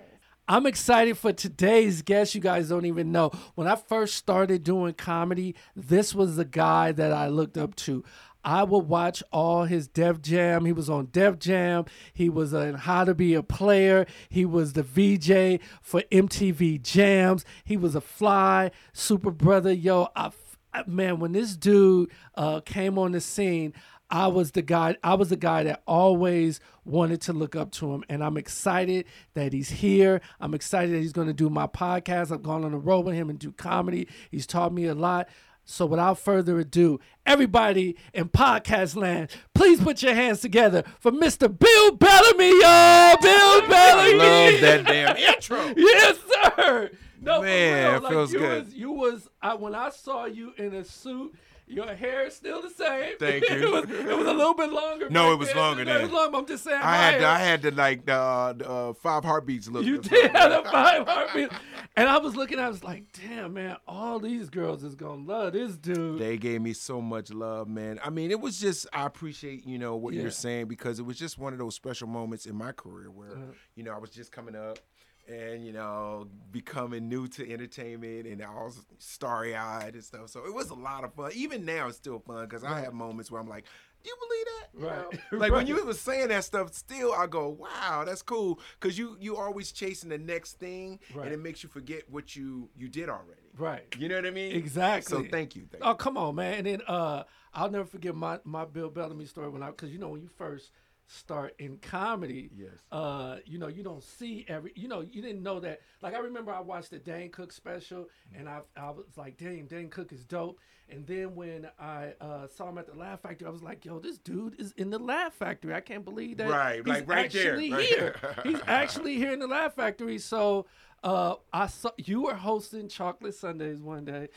[SPEAKER 2] I'm excited for today's guest. You guys don't even know. When I first started doing comedy, this was the guy that I looked up to. I would watch all his Def Jam. He was on Def Jam. He was on How to Be a Player. He was the VJ for MTV Jams. He was a fly super brother. Yo, I f- I- man, when this dude uh, came on the scene, I was the guy. I was the guy that always wanted to look up to him, and I'm excited that he's here. I'm excited that he's going to do my podcast. I've gone on the road with him and do comedy. He's taught me a lot. So without further ado, everybody in podcast land, please put your hands together for Mr. Bill Bellamy, y'all. Bill
[SPEAKER 4] I
[SPEAKER 2] Bellamy.
[SPEAKER 4] love that damn intro.
[SPEAKER 2] Yes, sir. No,
[SPEAKER 4] Man,
[SPEAKER 2] for real.
[SPEAKER 4] it
[SPEAKER 2] Like,
[SPEAKER 4] feels
[SPEAKER 2] you
[SPEAKER 4] good.
[SPEAKER 2] Was, you was I, when I saw you in a suit. Your hair is still the same.
[SPEAKER 4] Thank you.
[SPEAKER 2] it, was, it was a little bit longer.
[SPEAKER 4] No,
[SPEAKER 2] back
[SPEAKER 4] it was
[SPEAKER 2] then.
[SPEAKER 4] longer
[SPEAKER 2] No, It
[SPEAKER 4] then.
[SPEAKER 2] was longer. I'm just saying.
[SPEAKER 4] I had
[SPEAKER 2] my
[SPEAKER 4] to, I
[SPEAKER 2] hair-
[SPEAKER 4] had to like the, uh, the uh, five heartbeats look.
[SPEAKER 2] You did have a five heartbeat. And I was looking. I was like, damn, man, all these girls is gonna love this dude.
[SPEAKER 4] They gave me so much love, man. I mean, it was just I appreciate you know what
[SPEAKER 2] Yeah.
[SPEAKER 4] you're saying because it was just one of those special moments in my career where
[SPEAKER 2] Uh-huh.
[SPEAKER 4] you know I was just coming up and you know becoming new to entertainment and I was starry eyed and stuff. So it was a lot of fun. Even now, it's still fun because I have moments where I'm like. You believe that? You
[SPEAKER 2] Right.
[SPEAKER 4] know? Like when
[SPEAKER 2] Right.
[SPEAKER 4] you was saying that stuff, still I go, wow, that's cool, because you you always chasing the next thing,
[SPEAKER 2] Right.
[SPEAKER 4] and it makes you forget what you you did already.
[SPEAKER 2] right.
[SPEAKER 4] You know what I mean?
[SPEAKER 2] Exactly.
[SPEAKER 4] So thank you. Thank you.
[SPEAKER 2] Oh, come on, man. And then uh, I'll never forget my, my Bill Bellamy story when I, because you know, when you first start in comedy,
[SPEAKER 4] Yes.
[SPEAKER 2] uh, you know, you don't see every, you know, you didn't know that. Like, I remember I watched the Dane Cook special and I, I was like, dang, Dane Cook is dope. And then when I uh, saw him at the Laugh Factory, I was like, yo, this dude is in the Laugh Factory. I can't believe that.
[SPEAKER 4] Right,
[SPEAKER 2] he's
[SPEAKER 4] like, right there,
[SPEAKER 2] actually
[SPEAKER 4] right
[SPEAKER 2] here.
[SPEAKER 4] there.
[SPEAKER 2] He's actually here in the Laugh Factory. So uh, I saw you were hosting Chocolate Sundays one day,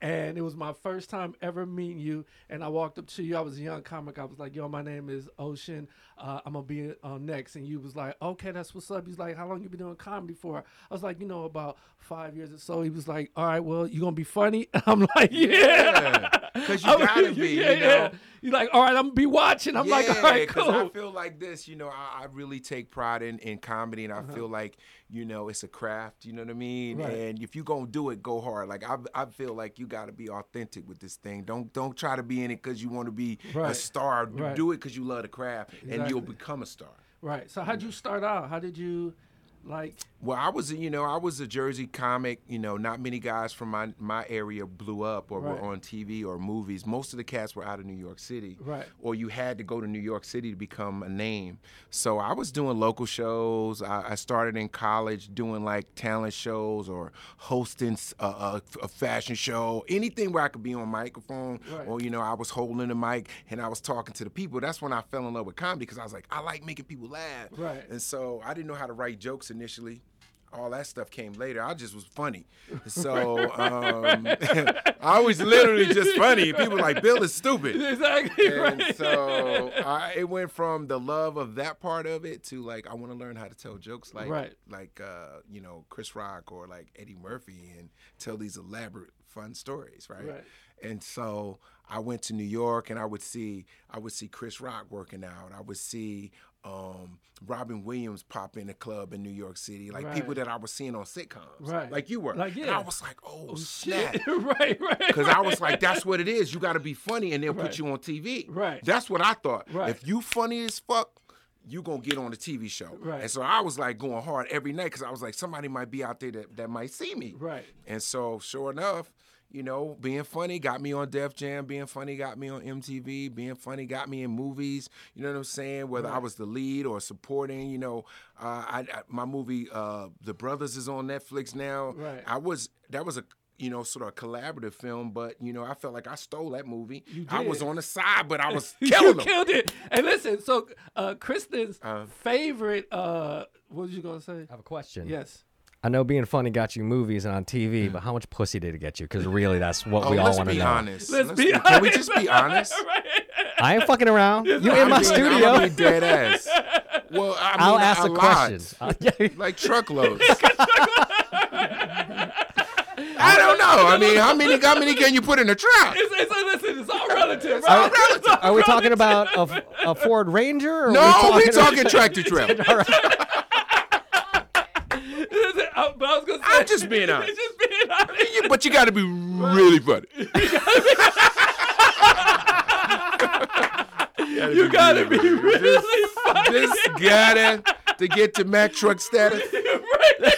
[SPEAKER 2] and it was my first time ever meeting you. And I walked up to you. I was a young comic. I was like, "Yo, my name is Ocean. Uh, I'm gonna be on next." And you was like, "Okay, that's what's up." He's like, "How long you been doing comedy for?" I was like, "You know, about five years or so." He was like, "All right, well, you gonna be funny?" I'm like, "Yeah."
[SPEAKER 4] Because you
[SPEAKER 2] I'm-
[SPEAKER 4] gotta be, you know.
[SPEAKER 2] You're like, all right, I'm gonna be watching. I'm like, all right,
[SPEAKER 4] 'cause
[SPEAKER 2] cool.
[SPEAKER 4] I feel like this, you know, I, I really take pride in, in comedy and I feel like, you know, it's a craft, you know what I mean?
[SPEAKER 2] Uh-huh. Right.
[SPEAKER 4] And if you gonna do it, go hard. Like I I feel like you gotta be authentic with this thing. Don't don't try to be in it because you wanna be a
[SPEAKER 2] Right.
[SPEAKER 4] star. D-
[SPEAKER 2] Right.
[SPEAKER 4] Do it because you love the craft and you'll
[SPEAKER 2] Exactly.
[SPEAKER 4] become a star.
[SPEAKER 2] Right. So how'd you start out? How did you like
[SPEAKER 4] Well, I was, a- you know, I was a Jersey comic. You know, not many guys from my my area blew up or
[SPEAKER 2] Right.
[SPEAKER 4] were on TV or movies. Most of the cats were out of New York City,
[SPEAKER 2] Right.
[SPEAKER 4] Or you had to go to New York City to become a name. So I was doing local shows. I, I started in college doing like talent shows or hosting s- a, a- a fashion show, anything where I could be on microphone
[SPEAKER 2] Right.
[SPEAKER 4] or you know I was holding the mic and I was talking to the people. That's when I fell in love with comedy because I was like, I like making people laugh,
[SPEAKER 2] Right.
[SPEAKER 4] And so I didn't know how to write jokes initially. All that stuff came later. I just was funny. So um, I was literally just funny. People were like, Bill is stupid.
[SPEAKER 2] exactly
[SPEAKER 4] And so I, it went from the love of that part of it to like I want to learn how to tell jokes like
[SPEAKER 2] Right.
[SPEAKER 4] like uh, you know Chris Rock or like Eddie Murphy and tell these elaborate fun stories, right?
[SPEAKER 2] Right.
[SPEAKER 4] And so I went to New York and I would see I would see Chris Rock working out. I would see um, Robin Williams pop in a club in New York City, like people
[SPEAKER 2] Right.
[SPEAKER 4] that I was seeing on sitcoms,
[SPEAKER 2] Right.
[SPEAKER 4] like you were.
[SPEAKER 2] Like,
[SPEAKER 4] And
[SPEAKER 2] yeah.
[SPEAKER 4] I was like, oh, snap.
[SPEAKER 2] Shit. right, right.
[SPEAKER 4] Because I was like, that's what it is. You got to be funny and they'll
[SPEAKER 2] Right.
[SPEAKER 4] put you on TV.
[SPEAKER 2] Right.
[SPEAKER 4] That's what I thought.
[SPEAKER 2] Right.
[SPEAKER 4] If you funny as fuck, you going to get on the TV show.
[SPEAKER 2] Right.
[SPEAKER 4] And so I was like going hard every night because I was like, somebody might be out there that, that might see me.
[SPEAKER 2] Right.
[SPEAKER 4] And so, sure enough, you know, being funny got me on Def Jam. Being funny got me on MTV. Being funny got me in movies. You know what I'm saying? Whether I was the lead or supporting, you know, uh, I, I my movie uh, The Brothers is on Netflix now.
[SPEAKER 2] Right.
[SPEAKER 4] I was that was a you know sort of a collaborative film, but you know I felt like I stole that movie.
[SPEAKER 2] You
[SPEAKER 4] I was
[SPEAKER 2] did.
[SPEAKER 4] on the side, but I was
[SPEAKER 2] you
[SPEAKER 4] killing them.
[SPEAKER 2] killed it. And listen, so uh Kristen's favorite uh what was you gonna say?
[SPEAKER 1] I have a question.
[SPEAKER 2] Yes.
[SPEAKER 1] I know being funny got you movies and on TV, but how much pussy did it get you? Because really, that's what
[SPEAKER 4] Mm. Oh,
[SPEAKER 1] we all
[SPEAKER 4] let's
[SPEAKER 1] want to
[SPEAKER 4] be
[SPEAKER 1] know.
[SPEAKER 4] honest.
[SPEAKER 2] Let's be
[SPEAKER 4] Can we
[SPEAKER 2] honest.
[SPEAKER 4] just be honest?
[SPEAKER 1] I ain't fucking around. you
[SPEAKER 4] I'm
[SPEAKER 1] in my
[SPEAKER 4] being-
[SPEAKER 1] studio.
[SPEAKER 4] I'm being dead ass. Well, I mean,
[SPEAKER 1] I'll
[SPEAKER 4] I-
[SPEAKER 1] ask
[SPEAKER 4] I
[SPEAKER 1] the questions. Uh,
[SPEAKER 4] lied. like truckloads. I don't know. I mean, how many how many can you put in a truck?
[SPEAKER 2] It's, it's, listen, it's all relative,
[SPEAKER 1] Are,
[SPEAKER 2] right?
[SPEAKER 1] are we talking about a, a Ford Ranger? Or
[SPEAKER 4] No,
[SPEAKER 1] are we
[SPEAKER 4] we talking tractor trailer.
[SPEAKER 2] Listen, I, uh, but I was gonna say
[SPEAKER 4] I'm just being honest.
[SPEAKER 2] it's just being honest.
[SPEAKER 4] You- But you got to be really funny.
[SPEAKER 2] You gotta be really funny.
[SPEAKER 4] This gotta to get to Mack truck status.
[SPEAKER 2] Right.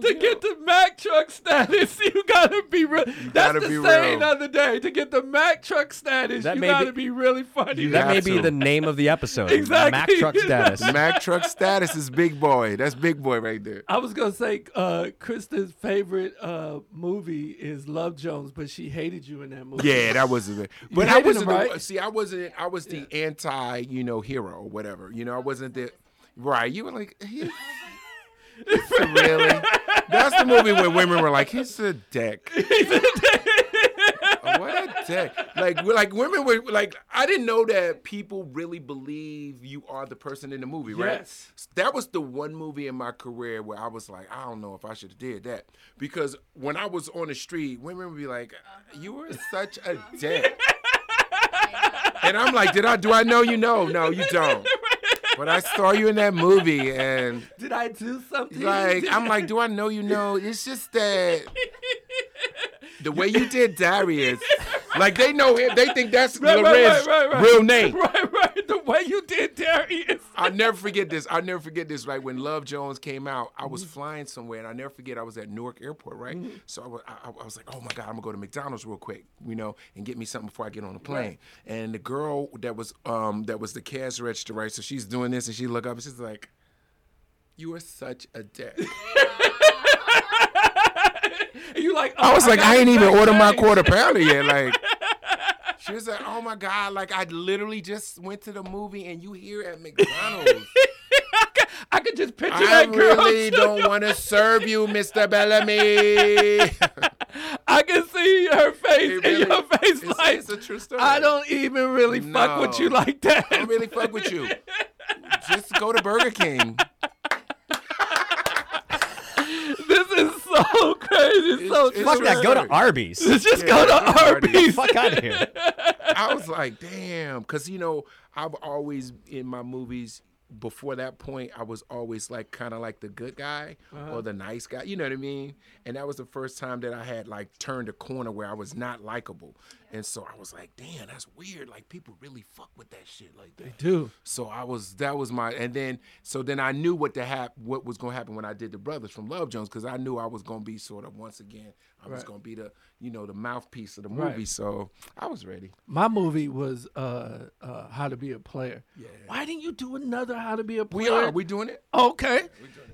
[SPEAKER 2] to get to Mack truck status, you gotta be real. That's
[SPEAKER 4] gotta
[SPEAKER 2] the
[SPEAKER 4] be
[SPEAKER 2] saying
[SPEAKER 4] real.
[SPEAKER 2] the other day. To get the Mack truck status,
[SPEAKER 1] That
[SPEAKER 2] you
[SPEAKER 1] may be-
[SPEAKER 2] gotta be really funny.
[SPEAKER 4] You
[SPEAKER 1] That may
[SPEAKER 4] have
[SPEAKER 1] be
[SPEAKER 4] to.
[SPEAKER 1] the name of the episode.
[SPEAKER 2] Exactly.
[SPEAKER 1] Mac truck status.
[SPEAKER 4] Mac truck status is big boy. That's big boy right there.
[SPEAKER 2] I was gonna say uh, Kristen's favorite uh, movie is Love Jones, but she hated you in that movie.
[SPEAKER 4] Yeah, that wasn't it. But I
[SPEAKER 2] hated
[SPEAKER 4] wasn't.
[SPEAKER 2] him,
[SPEAKER 4] the-
[SPEAKER 2] right?
[SPEAKER 4] see, I wasn't. I was the anti, you know, hero or whatever. You know, I wasn't the. Right, you were like, he- really? That's the movie where women were like, he's a dick. what a dick! Like, we're like women were like, I didn't know that people really believe you are the person in the movie, right?
[SPEAKER 2] Yes.
[SPEAKER 4] That was the one movie in my career where I was like, I don't know if I should have did that because when I was on the street, women would be like, "Uh, "You were such a
[SPEAKER 2] Uh-huh.
[SPEAKER 4] dick," and I'm like, "Did I? Do I know you? No, no, you don't." But I saw you in that movie, and
[SPEAKER 2] Did I do something?
[SPEAKER 4] like
[SPEAKER 2] Did-
[SPEAKER 4] I'm like, do I know you know? It's just that the way you did Darius, like they know him, they think that's
[SPEAKER 2] right, right, right,
[SPEAKER 4] Loren's
[SPEAKER 2] right, right.
[SPEAKER 4] real name.
[SPEAKER 2] Right, right. The way you did Darius.
[SPEAKER 4] I'll never forget this. I'll never forget this. Right when Love Jones came out, I was flying somewhere, and I will never forget I was at Newark Airport. Right, so I was, I, I was like, "Oh my God, I'm gonna go to McDonald's real quick, you know, and get me something before I get on the plane." And the girl that was um that was the cash register, right? So she's doing this, and she look up, and she's like, "You are such a dick."
[SPEAKER 2] And you like?
[SPEAKER 4] I
[SPEAKER 2] oh,
[SPEAKER 4] was like,
[SPEAKER 2] got
[SPEAKER 4] I ain't
[SPEAKER 2] it
[SPEAKER 4] even
[SPEAKER 2] back
[SPEAKER 4] ordered my
[SPEAKER 2] page.
[SPEAKER 4] quarter pounder yet. Like, she was like, oh my God, like I literally just went to the movie and you here at McDonald's.
[SPEAKER 2] I could just picture
[SPEAKER 4] I
[SPEAKER 2] that girl.
[SPEAKER 4] really don't want to serve you, Mr. Bellamy.
[SPEAKER 2] I can see her face
[SPEAKER 4] It
[SPEAKER 2] in your
[SPEAKER 4] really-
[SPEAKER 2] face.
[SPEAKER 4] it's-
[SPEAKER 2] like,
[SPEAKER 4] it's a true story.
[SPEAKER 2] I don't even really fuck with
[SPEAKER 4] No.
[SPEAKER 2] you like that.
[SPEAKER 4] I really fuck with you. Just go to Burger King.
[SPEAKER 2] This is so crazy. It's so
[SPEAKER 4] It's- it's
[SPEAKER 1] Fuck that. Go to
[SPEAKER 4] Right.
[SPEAKER 1] Arby's.
[SPEAKER 2] Let's just go to Arby's.
[SPEAKER 1] Fuck out of here.
[SPEAKER 4] I was like, damn, because you know, I've always in my movies before that point, I was always like kind of like the good guy
[SPEAKER 2] Uh-huh.
[SPEAKER 4] or the nice guy. You know what I mean? And that was the first time that I had like turned a corner where I was not likable, and so I was like, damn, that's weird. Like people really fuck with that shit like that.
[SPEAKER 2] Dude,
[SPEAKER 4] So I was that was my and then so then I knew what to hap what was gonna happen when I did the brothers from Love Jones because I knew I was gonna be sort of once again I was
[SPEAKER 2] Right.
[SPEAKER 4] gonna be the you know the mouthpiece of the movie
[SPEAKER 2] Right.
[SPEAKER 4] so I was ready.
[SPEAKER 2] my movie was uh, uh, How to Be a Player. Why didn't you do another How to Be a
[SPEAKER 4] We
[SPEAKER 2] Player?
[SPEAKER 4] are. We doing it.
[SPEAKER 2] okay.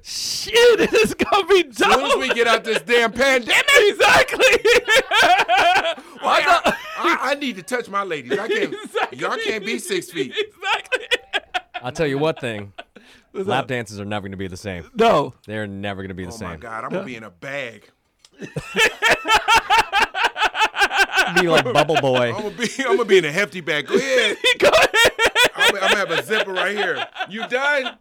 [SPEAKER 2] Shit, this is gonna be dope.
[SPEAKER 4] As soon as we get out this damn pandemic,
[SPEAKER 2] exactly. Why
[SPEAKER 4] I,
[SPEAKER 2] not?
[SPEAKER 4] I- I need to touch my ladies. I can't. Y'all can't be six feet.
[SPEAKER 2] Exactly.
[SPEAKER 1] I'll tell you what thing.
[SPEAKER 2] What's
[SPEAKER 1] Lap
[SPEAKER 2] up?
[SPEAKER 1] dances are never going to be the same.
[SPEAKER 2] No.
[SPEAKER 1] They're never going to be the
[SPEAKER 4] Oh
[SPEAKER 1] same.
[SPEAKER 4] my God! I'm gonna be in a bag.
[SPEAKER 1] Be like Bubble Boy.
[SPEAKER 4] I'm gonna be. I'm gonna be in a hefty bag. Go ahead.
[SPEAKER 2] Go ahead.
[SPEAKER 4] I'm, I'm gonna have a zipper right here. You done?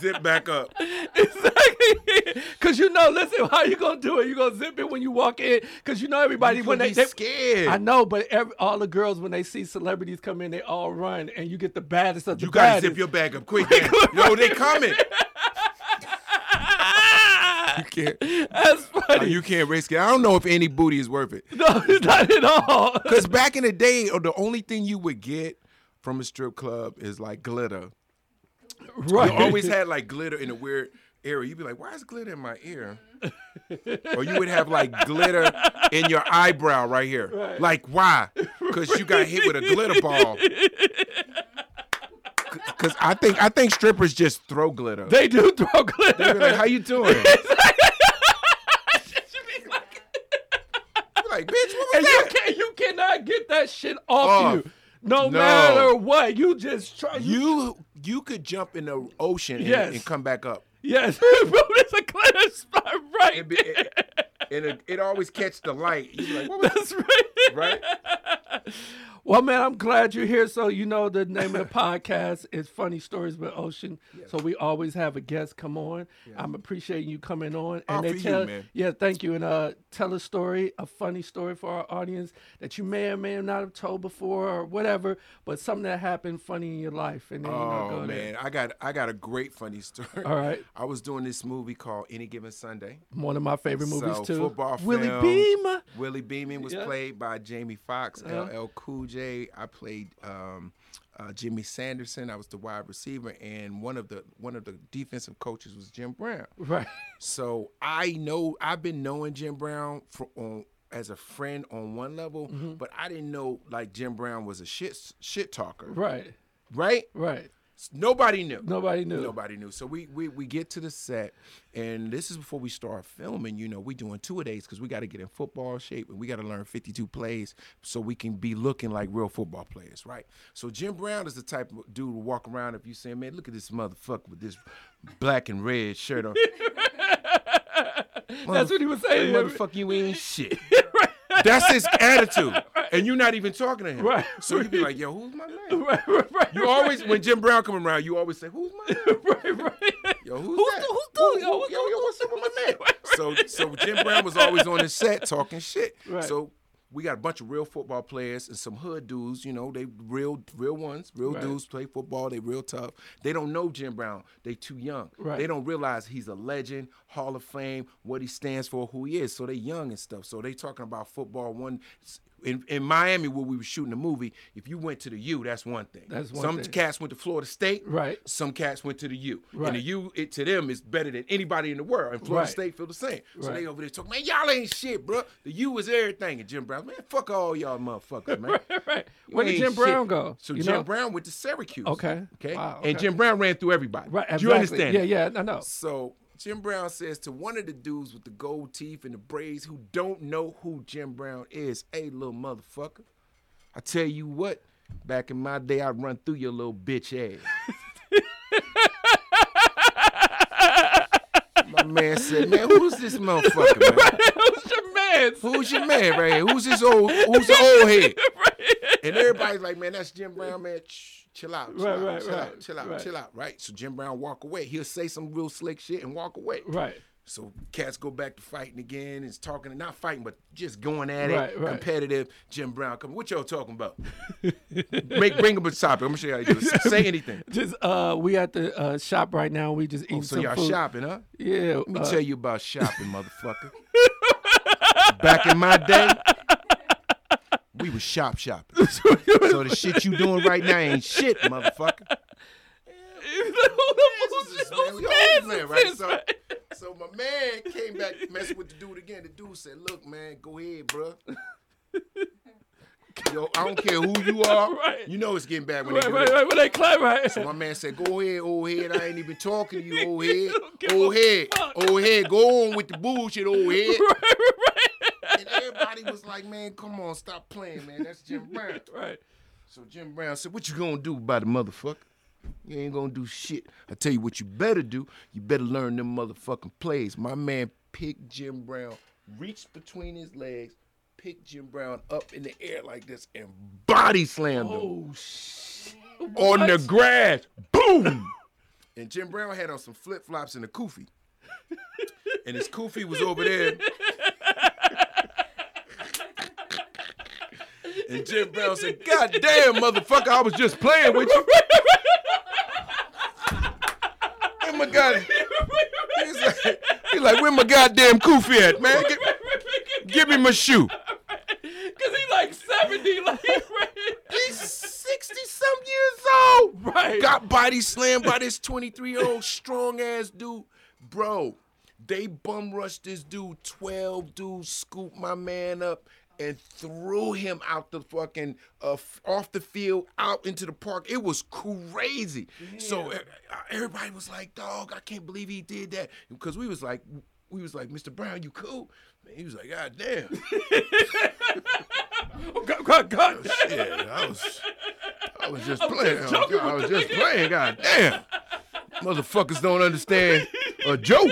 [SPEAKER 4] Zip back up.
[SPEAKER 2] Exactly. Cause you know, listen, how you gonna do it? You gonna zip it when you walk in? Cause you know everybody
[SPEAKER 4] You
[SPEAKER 2] when
[SPEAKER 4] gonna
[SPEAKER 2] they,
[SPEAKER 4] be
[SPEAKER 2] they
[SPEAKER 4] scared.
[SPEAKER 2] I know, but every, all the girls when they see celebrities come in, they all run, and you get the baddest of the
[SPEAKER 4] You gotta
[SPEAKER 2] baddest.
[SPEAKER 4] zip your bag up quick. man. Yo, they coming. You can't.
[SPEAKER 2] That's funny.
[SPEAKER 4] You can't risk it. I don't know if any booty is worth it.
[SPEAKER 2] no, not at all.
[SPEAKER 4] Because back in the day, oh, the only thing you would get from a strip club is like glitter.
[SPEAKER 2] Right.
[SPEAKER 4] You always had like glitter in a weird area. You'd be like, why is glitter in my ear? or you would have like glitter in your eyebrow right here. Like, why? Because you got hit with a glitter ball. Because I think I think strippers just throw glitter.
[SPEAKER 2] They do throw glitter.
[SPEAKER 4] They're like, how you doing? You're like, bitch, what was
[SPEAKER 2] And you
[SPEAKER 4] that?
[SPEAKER 2] can you cannot get that shit off
[SPEAKER 4] Off.
[SPEAKER 2] you. No,
[SPEAKER 4] No.
[SPEAKER 2] matter what, you just try. You,
[SPEAKER 4] You you could jump in the ocean and,
[SPEAKER 2] Yes.
[SPEAKER 4] and come back up.
[SPEAKER 2] yes, bro, it's a glitter spot right.
[SPEAKER 4] It'd be- it, and it, it always catch the light. You're like, what was
[SPEAKER 2] That's right.
[SPEAKER 4] that? Right?
[SPEAKER 2] Well, man, I'm glad you're here. So you know the name of the podcast is Funny Stories with Ocean. So we always have a guest come on. I'm appreciating you coming on. And
[SPEAKER 4] All for
[SPEAKER 2] they
[SPEAKER 4] you,
[SPEAKER 2] tell,
[SPEAKER 4] man.
[SPEAKER 2] yeah, thank you. And uh, tell a story, a funny story for our audience that you may or may not have told before or whatever, but something that happened funny in your life. And then you know, go there.
[SPEAKER 4] Oh man, I got I got a great funny story.
[SPEAKER 2] All right.
[SPEAKER 4] I was doing this movie called Any Given Sunday.
[SPEAKER 2] One of my favorite movies
[SPEAKER 4] so
[SPEAKER 2] too.
[SPEAKER 4] football
[SPEAKER 2] Willie
[SPEAKER 4] film.
[SPEAKER 2] Beamer.
[SPEAKER 4] Willie Beeman was
[SPEAKER 2] Yeah.
[SPEAKER 4] played by Jamie Foxx,
[SPEAKER 2] Uh-huh.
[SPEAKER 4] LL Cool J. I played um, uh, Jimmy Sanderson. I was the wide receiver, and one of the one of the defensive coaches was Jim Brown.
[SPEAKER 2] Right.
[SPEAKER 4] So I know I've been knowing Jim Brown for on as a friend on one level, but I didn't know like Jim Brown was a shit shit talker,
[SPEAKER 2] Right.
[SPEAKER 4] right?
[SPEAKER 2] Right.
[SPEAKER 4] S- Nobody knew.
[SPEAKER 2] Nobody knew.
[SPEAKER 4] Nobody knew. So we we, we get to the set, and this is before we start filming. You know, we doing two a days because we got to get in football shape and we got to learn 52 plays so we can be looking like real football players, right? So Jim Brown is the type of dude to walk around if you say, man, look at this motherfucker with this black and red shirt on.
[SPEAKER 2] That's what he was saying.
[SPEAKER 4] Motherfucker, you ain't shit. That's his attitude, and you're not even talking to him.
[SPEAKER 2] Right.
[SPEAKER 4] So you'd be like, "Yo, who's my man?"
[SPEAKER 2] Right, right, right.
[SPEAKER 4] You always, when Jim Brown come around, you always say, "Who's my man?"
[SPEAKER 2] right, right.
[SPEAKER 4] Yo, who's,
[SPEAKER 2] Who's
[SPEAKER 4] that?
[SPEAKER 2] the- who's
[SPEAKER 4] Who-
[SPEAKER 2] the- yo,
[SPEAKER 4] who-
[SPEAKER 2] who's
[SPEAKER 4] yo,
[SPEAKER 2] the-
[SPEAKER 4] yo, what's up with my man? So, so Jim Brown was always on his set talking shit.
[SPEAKER 2] Right.
[SPEAKER 4] So we got a bunch of real football players and some hood dudes. You know, they real, real ones, real
[SPEAKER 2] Right.
[SPEAKER 4] dudes play football. They real tough. They don't know Jim Brown. They too young.
[SPEAKER 2] Right.
[SPEAKER 4] They don't realize he's a legend, Hall of Fame, what he stands for, who he is. So they young and stuff. So they talking about football. One. In, in Miami, where we were shooting the movie, if you went to the U, that's one thing.
[SPEAKER 2] That's one
[SPEAKER 4] Some
[SPEAKER 2] thing.
[SPEAKER 4] cats went to Florida State.
[SPEAKER 2] Right.
[SPEAKER 4] Some cats went to the U. And the
[SPEAKER 2] Right.
[SPEAKER 4] U it, to them is better than anybody in the world. And Florida
[SPEAKER 2] Right.
[SPEAKER 4] State feel the same. So
[SPEAKER 2] Right.
[SPEAKER 4] they over there talking, man, y'all ain't shit, bro. The U is everything. And Jim Brown, man, fuck all y'all motherfuckers, man.
[SPEAKER 2] right.
[SPEAKER 4] You
[SPEAKER 2] Where did
[SPEAKER 4] ain't
[SPEAKER 2] Jim Brown
[SPEAKER 4] shit."
[SPEAKER 2] go?
[SPEAKER 4] So
[SPEAKER 2] You
[SPEAKER 4] Jim
[SPEAKER 2] know?
[SPEAKER 4] Brown went to Syracuse.
[SPEAKER 2] Okay.
[SPEAKER 4] Okay.
[SPEAKER 2] Wow,
[SPEAKER 4] And
[SPEAKER 2] okay.
[SPEAKER 4] Jim Brown ran through everybody.
[SPEAKER 2] Right.
[SPEAKER 4] Do
[SPEAKER 2] Exactly.
[SPEAKER 4] You understand?
[SPEAKER 2] Yeah,
[SPEAKER 4] that?
[SPEAKER 2] yeah. No, no.
[SPEAKER 4] So Jim Brown says to one of the dudes with the gold teeth and the braids who don't know who Jim Brown is, hey little motherfucker, I tell you what, back in my day I'd run through your little bitch ass. my man said, man, who's this motherfucker, man?
[SPEAKER 2] Who's your man?
[SPEAKER 4] Who's your man right here? Who's this old who's the old head? And everybody's like, man, that's Jim Brown, man. Ch- chill out, chill
[SPEAKER 2] Right,
[SPEAKER 4] out,
[SPEAKER 2] right,
[SPEAKER 4] chill out,
[SPEAKER 2] right,
[SPEAKER 4] chill out,
[SPEAKER 2] right.
[SPEAKER 4] chill out, right? So Jim Brown walk away. He'll say some real slick shit and walk away.
[SPEAKER 2] Right.
[SPEAKER 4] So cats go back to fighting again. It's talking and not fighting, but just going
[SPEAKER 2] Right,
[SPEAKER 4] at it,
[SPEAKER 2] right.
[SPEAKER 4] competitive. Jim Brown, come. What y'all talking about? Make bring up a topic. I'm gonna show you how you do it. Say anything.
[SPEAKER 2] Just uh, we at the uh, shop right now. We just eating
[SPEAKER 4] So
[SPEAKER 2] some
[SPEAKER 4] y'all
[SPEAKER 2] food.
[SPEAKER 4] shopping, huh?
[SPEAKER 2] Yeah.
[SPEAKER 4] Let me
[SPEAKER 2] uh,
[SPEAKER 4] tell you about shopping, motherfucker. Back in my day, we was shop shopping. so the shit you doing right now ain't shit, motherfucker.
[SPEAKER 2] Who the- who's-
[SPEAKER 4] This is
[SPEAKER 2] who's
[SPEAKER 4] man, we
[SPEAKER 2] man's
[SPEAKER 4] old man,
[SPEAKER 2] is
[SPEAKER 4] right?
[SPEAKER 2] this,
[SPEAKER 4] So,
[SPEAKER 2] right?
[SPEAKER 4] so my man came back to mess with the dude again. The dude said, "Look, man, go ahead, bruh. Yo, I don't care who you are.
[SPEAKER 2] Right.
[SPEAKER 4] You know it's getting bad when
[SPEAKER 2] Right,
[SPEAKER 4] they do
[SPEAKER 2] right,
[SPEAKER 4] that.
[SPEAKER 2] right. When they clap, right?
[SPEAKER 4] My man said, "Go ahead, old head. I ain't even talking to you, old head.
[SPEAKER 2] don't give
[SPEAKER 4] Old
[SPEAKER 2] a
[SPEAKER 4] head,
[SPEAKER 2] fuck.
[SPEAKER 4] old head. Go on with the bullshit, old head."
[SPEAKER 2] Right, right,
[SPEAKER 4] And everybody was like, "Man, come on, stop playing, man. That's Jim Brown."
[SPEAKER 2] right.
[SPEAKER 4] So Jim Brown said, "What you gonna do about the motherfucker? You ain't gonna do shit. I tell you what you better do. You better learn them motherfucking plays." My man picked Jim Brown, reached between his legs, picked Jim Brown up in the air like this, and body slammed him
[SPEAKER 2] Oh shit.
[SPEAKER 4] on the grass. Boom! and Jim Brown had on some flip flops and a kufi. and his kufi was over there. and Jim Brown said, God damn, motherfucker, I was just playing with you. Where my god? He's like, he's like, where my goddamn kufi at, man? Get- give me my shoe.
[SPEAKER 2] Cause he like seventy, like right.
[SPEAKER 4] He's 60 some years old.
[SPEAKER 2] Right.
[SPEAKER 4] Got body slammed by this 23 year old strong ass dude. Bro, they bum rushed this dude. 12 dudes scooped my man up and threw him out the fucking uh, f- off the field out into the park it was crazy so e- everybody was like dog i can't believe he did that because we was like we was like mr brown you cool man, he was like god damn
[SPEAKER 2] Oh, God, God, God.
[SPEAKER 4] yeah, I was, I was just
[SPEAKER 2] was
[SPEAKER 4] playing.
[SPEAKER 2] just
[SPEAKER 4] I was,
[SPEAKER 2] joking
[SPEAKER 4] I
[SPEAKER 2] with
[SPEAKER 4] was just playing. God damn, motherfuckers don't understand a joke.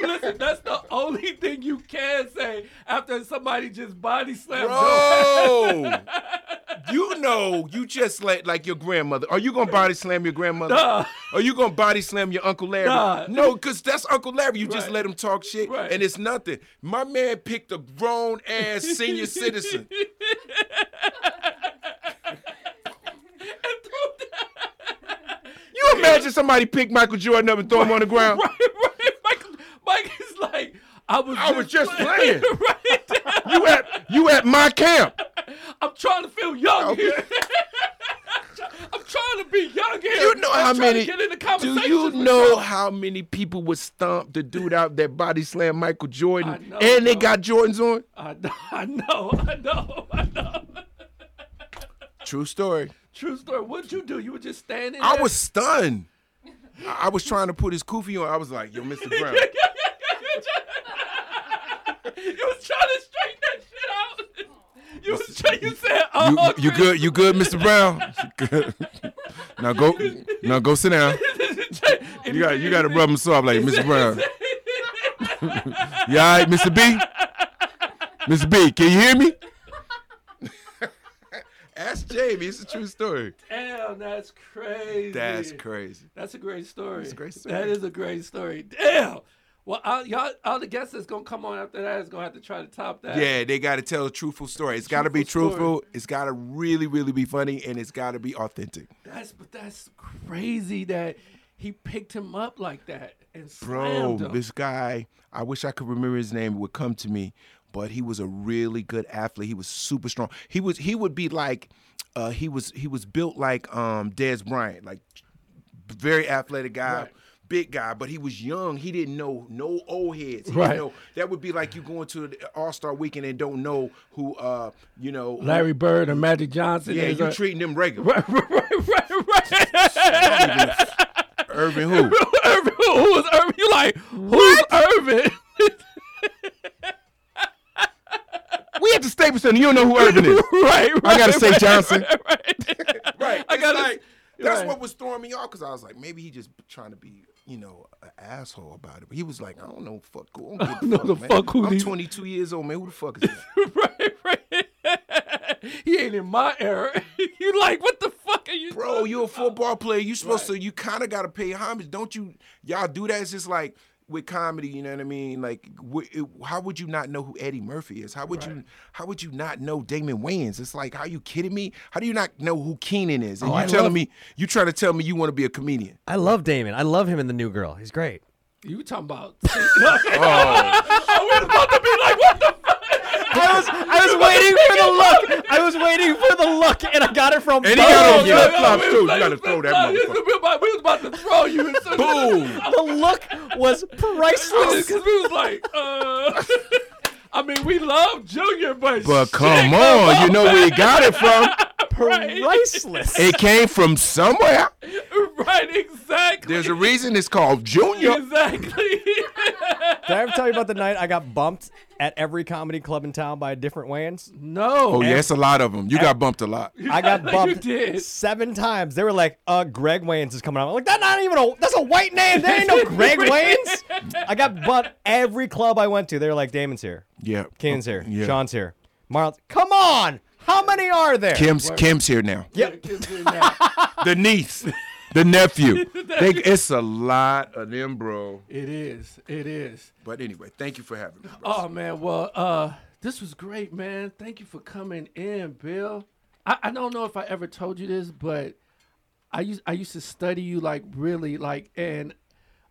[SPEAKER 2] Listen, that's the only thing you can say after somebody just body slammed.
[SPEAKER 4] Bro, you know, you just let like your grandmother. Are you gonna body slam your grandmother?
[SPEAKER 2] Nah.
[SPEAKER 4] Are you gonna body slam your Uncle Larry?
[SPEAKER 2] Nah.
[SPEAKER 4] No, because that's Uncle Larry. You just
[SPEAKER 2] Right.
[SPEAKER 4] let him talk shit
[SPEAKER 2] Right.
[SPEAKER 4] and it's nothing. My man picked a grown ass senior citizen. You imagine somebody pick Michael Jordan up and throw him on the ground?
[SPEAKER 2] Right, right. Mike, Mike is like, I was.
[SPEAKER 4] I was just playing.
[SPEAKER 2] right.
[SPEAKER 4] You at you at my camp.
[SPEAKER 2] I'm trying to feel young here. I'm trying to be young here.
[SPEAKER 4] You know
[SPEAKER 2] I'm
[SPEAKER 4] how
[SPEAKER 2] trying
[SPEAKER 4] many
[SPEAKER 2] To get in the conversation.
[SPEAKER 4] Do you know how many people would stomp the dude out that body slammed Michael Jordan
[SPEAKER 2] know,
[SPEAKER 4] and they
[SPEAKER 2] bro.
[SPEAKER 4] got Jordans on?
[SPEAKER 2] I know, I know, I know, I know.
[SPEAKER 4] True story.
[SPEAKER 2] True story. What'd you do? You were just standing.
[SPEAKER 4] I
[SPEAKER 2] there?
[SPEAKER 4] was stunned. I I was trying to put his kufi on. I was like, yo, Mr. Brown.
[SPEAKER 2] You was trying to straighten that shit out. You was trying. You said, "Oh,
[SPEAKER 4] You, you
[SPEAKER 2] Chris."
[SPEAKER 4] good? You good, Mr. Brown? You good? now go, now go sit down. You got, you got to rub him soft like Mr. Brown. you all right, Mr. B? Mr. B, can you hear me? Ask Jamie. It's a true story.
[SPEAKER 2] Damn, that's crazy.
[SPEAKER 4] That's crazy.
[SPEAKER 2] That's a great story. That's
[SPEAKER 4] a great story.
[SPEAKER 2] That is a great story. Damn. Well, all, y'all, all the guests that's gonna come on after that is gonna have to try to top that.
[SPEAKER 4] Yeah, they got to tell a truthful story. It's got to be
[SPEAKER 2] Truthful story.
[SPEAKER 4] truthful. It's got to really, really be funny, and it's got to be authentic.
[SPEAKER 2] That's but that's crazy that he picked him up like that and
[SPEAKER 4] Bro,
[SPEAKER 2] slammed him.
[SPEAKER 4] this guy, I wish I could remember his name, it would come to me, but he was a really good athlete. He was super strong. He was he would be like uh he was he was built like um Des Bryant, like very athletic guy.
[SPEAKER 2] Right.
[SPEAKER 4] Big guy, but he was young. He didn't know no old heads. He didn't
[SPEAKER 2] Right.
[SPEAKER 4] know- that would be like you going to the All Star Weekend and don't know who, uh, you know, who-
[SPEAKER 2] Larry Bird or Magic Johnson.
[SPEAKER 4] Yeah,
[SPEAKER 2] is
[SPEAKER 4] you
[SPEAKER 2] a-
[SPEAKER 4] treating them regular.
[SPEAKER 2] right, right, right, right.
[SPEAKER 4] Irving who?
[SPEAKER 2] Irvin, who was Irvin? You like who's Irvin?
[SPEAKER 4] We at the Staples Center. You don't know who Irvin is.
[SPEAKER 2] right, right.
[SPEAKER 4] I gotta say
[SPEAKER 2] right,
[SPEAKER 4] Johnson.
[SPEAKER 2] Right, right.
[SPEAKER 4] Right.
[SPEAKER 2] I
[SPEAKER 4] It's
[SPEAKER 2] gotta.
[SPEAKER 4] like-
[SPEAKER 2] you're
[SPEAKER 4] that's
[SPEAKER 2] right.
[SPEAKER 4] what was throwing me off because I was like, maybe he just trying to be, you know, an asshole about it. But he was like, I don't know, fuck who. I don't, give a
[SPEAKER 2] know the
[SPEAKER 4] man.
[SPEAKER 2] fuck who
[SPEAKER 4] I'm
[SPEAKER 2] these-
[SPEAKER 4] 22 years old, man. Who the fuck is this?
[SPEAKER 2] right, right. he ain't in my era. you like what the fuck are you,
[SPEAKER 4] Bro, you a football player. You supposed to. You kind of got to pay homage, don't you? Y'all do that. It's just like with comedy. You know what I mean? Like, wh- it- how would you not know who Eddie Murphy is? How would you? How would you not know Damon Wayans? It's like, are you kidding me? How do you not know who Keenan is? And you
[SPEAKER 1] I
[SPEAKER 4] telling
[SPEAKER 1] love-
[SPEAKER 4] me you trying to tell me you want to be a comedian?
[SPEAKER 1] I love Damon. I love him in the New Girl. He's great.
[SPEAKER 2] You talking about? oh, we're about to be like what the
[SPEAKER 1] I was I was waiting for the look. I was waiting for the look, and I got it from
[SPEAKER 4] And he
[SPEAKER 1] both of
[SPEAKER 4] got on
[SPEAKER 1] you.
[SPEAKER 4] flip flops too. You gotta throw that motherfucker.
[SPEAKER 2] motherfucker. We was about to throw you. and so-
[SPEAKER 4] Boom.
[SPEAKER 1] The look was priceless.
[SPEAKER 2] Because we was like, uh, I mean, we love Junior, but
[SPEAKER 4] But
[SPEAKER 2] shit,
[SPEAKER 4] come on, you know where he got it from.
[SPEAKER 1] Priceless.
[SPEAKER 4] It came from somewhere.
[SPEAKER 2] right? Exactly.
[SPEAKER 4] There's a reason it's called Junior.
[SPEAKER 2] exactly.
[SPEAKER 1] Did I ever tell you about the night I got bumped at every comedy club in town by a different Wayans?
[SPEAKER 4] Oh
[SPEAKER 2] no.
[SPEAKER 4] yeah, it's a lot of them. You got bumped a lot.
[SPEAKER 1] I got
[SPEAKER 2] You
[SPEAKER 1] bumped
[SPEAKER 2] did.
[SPEAKER 1] seven times. They were like, "Uh, Greg Wayans is coming out." I'm like, "That's not even a that's a white name. There ain't no Greg Wayans." I got bumped every club I went to. They were like, "Damon's here,
[SPEAKER 4] Yeah.
[SPEAKER 1] Kane's here,
[SPEAKER 4] Yeah.
[SPEAKER 1] Sean's here, Marlon's." Come on, how many are there?
[SPEAKER 4] Kim's Kim's here now.
[SPEAKER 1] Yep.
[SPEAKER 4] The niece, the nephew. They, it's a lot of them, bro.
[SPEAKER 2] It is. It is.
[SPEAKER 4] But anyway, thank you for having me. bro.
[SPEAKER 2] Oh man, well, uh, this was great, man. Thank you for coming in, Bill. I, I don't know if I ever told you this, but I used I used to study you like really like and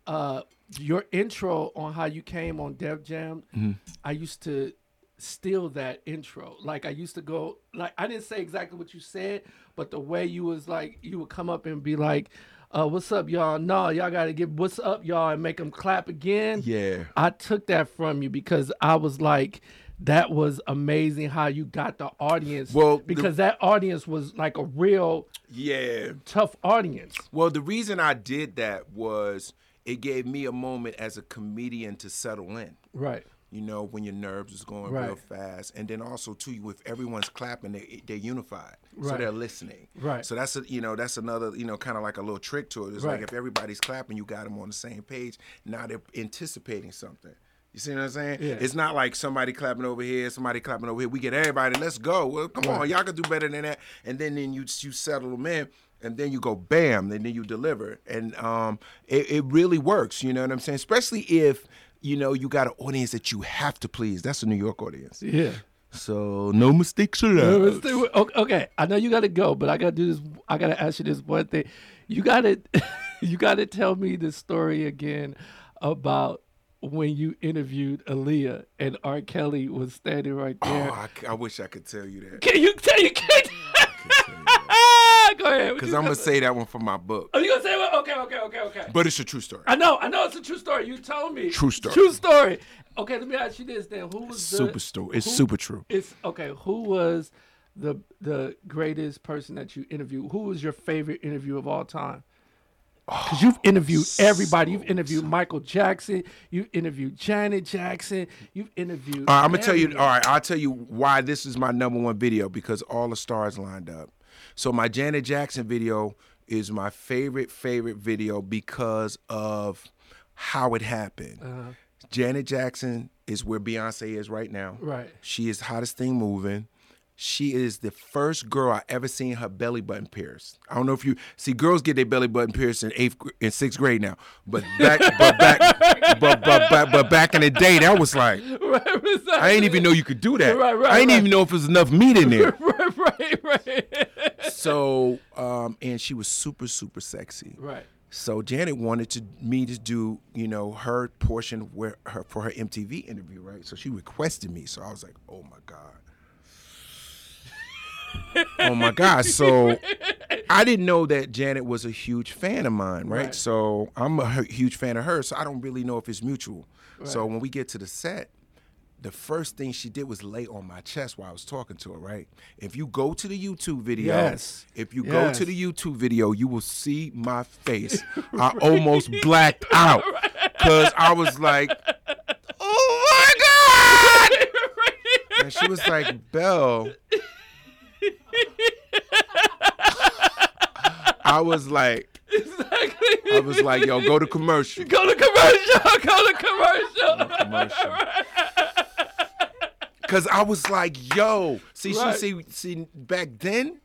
[SPEAKER 2] uh your intro on how you came on Dev Jam. I used to steal that intro. Like I used to go like I didn't say exactly what you said, but the way you was like you would come up and be like, uh, "What's up, y'all? No, y'all gotta get what's up, y'all, and make them clap again."
[SPEAKER 4] Yeah.
[SPEAKER 2] I took that from you because I was like, that was amazing how you got the audience.
[SPEAKER 4] Well, the-
[SPEAKER 2] because that audience was like a real
[SPEAKER 4] Yeah.
[SPEAKER 2] tough audience.
[SPEAKER 4] Well, the reason I did that was it gave me a moment as a comedian to settle in.
[SPEAKER 2] Right.
[SPEAKER 4] you know, when your nerves is going real
[SPEAKER 2] Right.
[SPEAKER 4] fast. And then also too, you if everyone's clapping, they they're unified. So
[SPEAKER 2] Right.
[SPEAKER 4] they're listening.
[SPEAKER 2] Right.
[SPEAKER 4] So that's a you know, that's another, you know, kind of like a little trick to it. It's
[SPEAKER 2] Right.
[SPEAKER 4] like if everybody's clapping, you got them on the same page. Now they're anticipating something. You see what I'm saying?
[SPEAKER 2] Yeah.
[SPEAKER 4] It's not like somebody clapping over here, somebody clapping over here. We get everybody. Let's go. Well, come on, y'all can do better than that. And then then you you settle them in, and then you go bam, and then you deliver. And um, it, it really works. You know what I'm saying? Especially if you know you got an audience that you have to please. That's a New York audience.
[SPEAKER 2] Yeah.
[SPEAKER 4] So no mistakes allowed.
[SPEAKER 2] Okay, I know you gotta go, but I gotta do this. I gotta ask you this one thing. You gotta, you gotta tell me this story again about when you interviewed Aaliyah and R. Kelly was standing right
[SPEAKER 4] Oh,
[SPEAKER 2] there.
[SPEAKER 4] I, I wish I could tell you that.
[SPEAKER 2] Can you tell you? Can, Go ahead. What
[SPEAKER 4] Because
[SPEAKER 2] you
[SPEAKER 4] I'm gonna
[SPEAKER 2] got?
[SPEAKER 4] say that one for my book.
[SPEAKER 2] Are Oh, you gonna say what? Okay, okay, okay, okay.
[SPEAKER 4] But it's a true story.
[SPEAKER 2] I know, I know, it's a true story. You told me.
[SPEAKER 4] True story.
[SPEAKER 2] True story. Okay, let me ask you this then. Who was
[SPEAKER 4] Super
[SPEAKER 2] the,
[SPEAKER 4] story. It's
[SPEAKER 2] who-
[SPEAKER 4] super true.
[SPEAKER 2] It's okay. Who was the the greatest person that you interviewed? Who was your favorite interview of all time? Because you've
[SPEAKER 4] Oh,
[SPEAKER 2] interviewed everybody. You've interviewed Michael Jackson. You've interviewed Janet Jackson. You've interviewed.
[SPEAKER 4] All right, I'm gonna tell you.
[SPEAKER 2] everyone.
[SPEAKER 4] All right, I'll tell you why this is my number one video because all the stars lined up. So my Janet Jackson video is my favorite favorite video because of how it happened. Janet Jackson is where Beyonce is right now.
[SPEAKER 2] Right.
[SPEAKER 4] She is hottest thing moving. She is the first girl I ever seen her belly button pierced. I don't know if you see girls get their belly button pierced in eighth gr- in sixth grade now, but back but back but, but, but, but back in the day that was like
[SPEAKER 2] Right, was that-
[SPEAKER 4] I ain't even know you could do that.
[SPEAKER 2] Right, right,
[SPEAKER 4] I ain't
[SPEAKER 2] right.
[SPEAKER 4] even know if there's enough meat in there.
[SPEAKER 2] Right, right, right.
[SPEAKER 4] so, um, and she was super, super sexy.
[SPEAKER 2] Right.
[SPEAKER 4] So Janet wanted to me to do, you know, her portion where her for her MTV interview, right? So she requested me. So I was like, oh my god, oh my god. So I didn't know that Janet was a huge fan of mine, right?
[SPEAKER 2] Right.
[SPEAKER 4] So I'm a hu- huge fan of hers. So I don't really know if it's mutual. So when we get to the set, the first thing she did was lay on my chest while I was talking to her, right? If you go to the YouTube video,
[SPEAKER 2] Yes.
[SPEAKER 4] if you go
[SPEAKER 2] Yes.
[SPEAKER 4] to the YouTube video, you will see my face. I almost blacked out because I was like, oh my God. And she was like, Belle. I was like, I was like, yo, go to commercial.
[SPEAKER 2] Go to commercial. Go to commercial.
[SPEAKER 4] commercial. Cause I was like, yo, see,
[SPEAKER 2] Right. Mm-hmm.
[SPEAKER 4] see, see, see, back then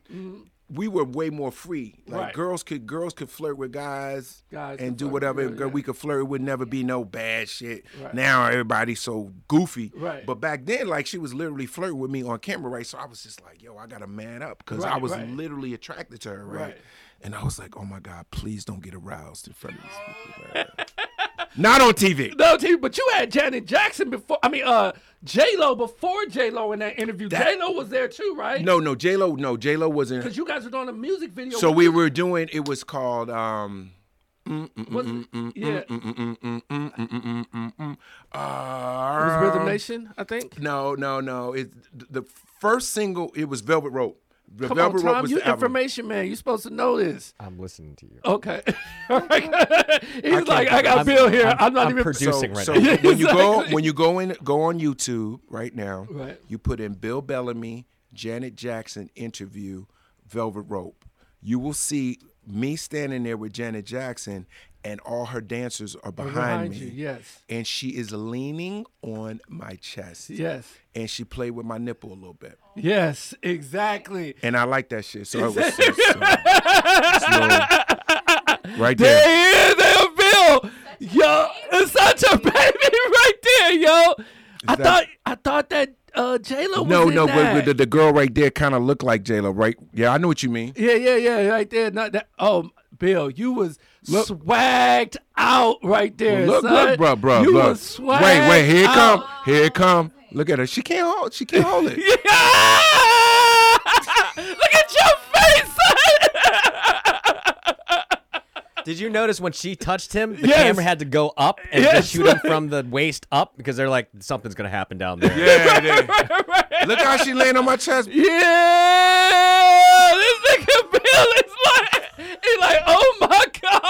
[SPEAKER 4] we were way more free. Like
[SPEAKER 2] Right.
[SPEAKER 4] girls could girls could flirt with guys,
[SPEAKER 2] Guys could
[SPEAKER 4] and do
[SPEAKER 2] flirt with
[SPEAKER 4] whatever.
[SPEAKER 2] girls,
[SPEAKER 4] Girl,
[SPEAKER 2] yeah.
[SPEAKER 4] We could flirt. It would never be no bad shit.
[SPEAKER 2] Right.
[SPEAKER 4] Now everybody's so goofy.
[SPEAKER 2] Right.
[SPEAKER 4] But back then, like she was literally flirting with me on camera, right? So I was just like, yo, I gotta man up because I
[SPEAKER 2] Right,
[SPEAKER 4] was
[SPEAKER 2] right.
[SPEAKER 4] literally attracted to her, right?
[SPEAKER 2] Right.
[SPEAKER 4] And I was like, oh my God, please don't get aroused in front of these people. man. Not on TV.
[SPEAKER 2] No, T, but you had Janet Jackson before. I mean, uh, J Lo before J Lo in that interview.
[SPEAKER 4] That-
[SPEAKER 2] J Lo was there too, right?
[SPEAKER 4] No, no, J Lo, no, J Lo wasn't.
[SPEAKER 2] because you guys were doing a music video.
[SPEAKER 4] So
[SPEAKER 2] with-
[SPEAKER 4] we were doing. It was called. um
[SPEAKER 2] was
[SPEAKER 4] mm,
[SPEAKER 2] it- yeah, it was
[SPEAKER 4] uh,
[SPEAKER 2] Rhythm Nation, I think.
[SPEAKER 4] No, no, no. It the first single. It was Velvet Rope. The
[SPEAKER 2] Come
[SPEAKER 4] Velvet
[SPEAKER 2] on,
[SPEAKER 4] Rope
[SPEAKER 2] Tom,
[SPEAKER 4] was
[SPEAKER 2] you
[SPEAKER 4] the album.
[SPEAKER 2] information man. You're supposed to know this.
[SPEAKER 1] I'm listening to you.
[SPEAKER 2] Okay. He's like, I got
[SPEAKER 1] I'm-
[SPEAKER 2] Bill here. I'm,
[SPEAKER 1] I'm-
[SPEAKER 2] not
[SPEAKER 1] I'm
[SPEAKER 2] even.
[SPEAKER 1] producing.
[SPEAKER 4] So,
[SPEAKER 1] right
[SPEAKER 4] so
[SPEAKER 1] now.
[SPEAKER 4] when you go
[SPEAKER 2] Exactly.
[SPEAKER 4] when you go in go on YouTube right now,
[SPEAKER 2] Right.
[SPEAKER 4] you put in Bill Bellamy, Janet Jackson interview, Velvet Rope. You will see me standing there with Janet Jackson, and all her dancers are behind,
[SPEAKER 2] Behind
[SPEAKER 4] me.
[SPEAKER 2] you, yes.
[SPEAKER 4] and she is leaning on my chest.
[SPEAKER 2] Yes.
[SPEAKER 4] And she played with my nipple a little bit.
[SPEAKER 2] Yes. Exactly.
[SPEAKER 4] And I like that shit. So it was so, so- so- right there.
[SPEAKER 2] There he is, there, Bill. Yo, it's such a baby right there, yo. I
[SPEAKER 4] that-
[SPEAKER 2] thought I thought that uh, J Lo was
[SPEAKER 4] No,
[SPEAKER 2] in
[SPEAKER 4] no,
[SPEAKER 2] that.
[SPEAKER 4] but, but the, the girl right there kind of looked like J Lo, right? Yeah, I know what you mean.
[SPEAKER 2] yeah, yeah, yeah, right there. Not that. Oh, Bill, you was swagged out right there.
[SPEAKER 4] Look,
[SPEAKER 2] son.
[SPEAKER 4] look, bro, bro,
[SPEAKER 2] You Oh.
[SPEAKER 4] look.
[SPEAKER 2] was swagged.
[SPEAKER 4] wait, wait, here it
[SPEAKER 2] out.
[SPEAKER 4] come, here it come. Look at her. She can't hold. She can't hold it.
[SPEAKER 2] Yeah! look at your face, son.
[SPEAKER 1] Did you notice when she touched him, the
[SPEAKER 2] Yes.
[SPEAKER 1] camera had to go up and
[SPEAKER 2] Yes.
[SPEAKER 1] just shoot him from the waist up because they're like, something's gonna happen down there.
[SPEAKER 4] Yeah, yeah. Look how she laying on my chest.
[SPEAKER 2] yeah, this nigga Bill is like, he like, oh my god.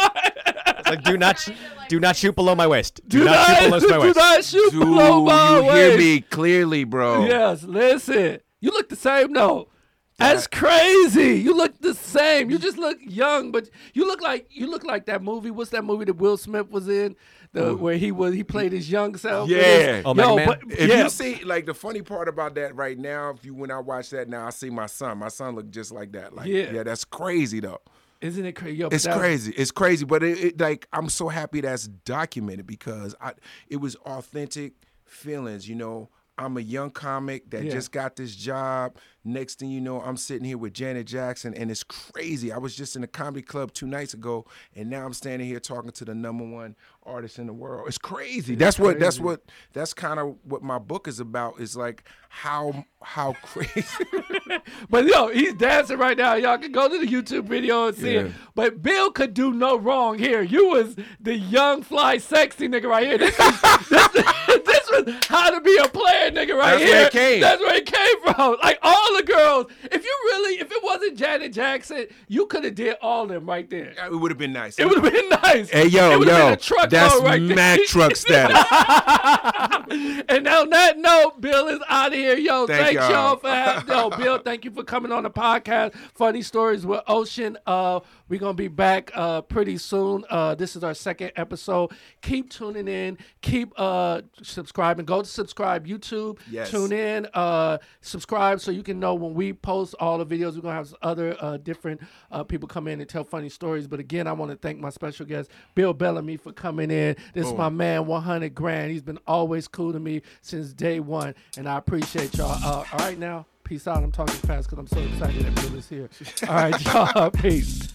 [SPEAKER 1] Like, do not, sh- do not shoot below my waist. Do,
[SPEAKER 2] Do
[SPEAKER 1] not, shoot below my
[SPEAKER 2] do
[SPEAKER 1] waist.
[SPEAKER 2] not shoot
[SPEAKER 4] Do
[SPEAKER 2] below my
[SPEAKER 4] you hear
[SPEAKER 2] waist.
[SPEAKER 4] me clearly, bro?
[SPEAKER 2] Yes, listen. You look the same though. That's crazy. You look the same. You just look young, but you look like you look like that movie. What's that movie that Will Smith was in? The where he was he played his young self. with
[SPEAKER 4] Yeah.
[SPEAKER 2] his-
[SPEAKER 1] Oh, Mega
[SPEAKER 2] yo,
[SPEAKER 1] Man?
[SPEAKER 2] but
[SPEAKER 4] If
[SPEAKER 2] yeah.
[SPEAKER 4] you see, like, the funny part about that right now, if you when I watch that now, I see my son. My son look just like that. Like,
[SPEAKER 2] Yeah.
[SPEAKER 4] yeah, that's crazy though.
[SPEAKER 2] isn't it crazy? Yo, but
[SPEAKER 4] It's
[SPEAKER 2] that-
[SPEAKER 4] crazy. It's crazy, but it, it like I'm so happy that's documented because I it was authentic feelings. You know, I'm a young comic that
[SPEAKER 2] Yeah.
[SPEAKER 4] just got this job. Next thing you know, I'm sitting here with Janet Jackson, and it's crazy. I was just in a comedy club two nights ago, and now I'm standing here talking to the number one artist in the world. It's crazy. that's what. That's what. That's kind of what my book is about. Is like how how crazy.
[SPEAKER 2] But yo, he's dancing right now. Y'all can go to the YouTube video and see it.
[SPEAKER 4] Yeah.
[SPEAKER 2] But Bill could do no wrong here. You was the young, fly, sexy nigga right here. This, is, this, is- this was how to be a player nigga right
[SPEAKER 4] That's
[SPEAKER 2] here.
[SPEAKER 4] where it came.
[SPEAKER 2] That's where it came from. Like all the girls. If you really, if it wasn't Janet Jackson, you could have did all them right there.
[SPEAKER 4] it would have been nice.
[SPEAKER 2] It would have been nice.
[SPEAKER 4] Hey
[SPEAKER 2] It
[SPEAKER 4] yo
[SPEAKER 2] would've been
[SPEAKER 4] yo,
[SPEAKER 2] a truckload
[SPEAKER 4] that's
[SPEAKER 2] right there.
[SPEAKER 4] mad truck status.
[SPEAKER 2] and on that note, Bill is out of here. Yo,
[SPEAKER 4] Thank
[SPEAKER 2] thank,
[SPEAKER 4] y'all.
[SPEAKER 2] y'all. for having yo, Bill, thank you for coming on the podcast. Funny stories with Ocean. Uh, we're gonna be back uh pretty soon. Uh this is our second episode. Keep tuning in, keep uh subscribing. Go to subscribe YouTube,
[SPEAKER 4] Yes.
[SPEAKER 2] tune in, uh subscribe so you can know when we post all the videos. We're gonna have other uh different uh people come in and tell funny stories. But again, I want to thank my special guest, Bill Bellamy, for coming in. This is my man, 100 grand. He's been always cool to me since day one, and I appreciate y'all. Uh, all right, now, peace out. I'm talking fast because I'm so excited that Bill is here. All right, y'all, peace.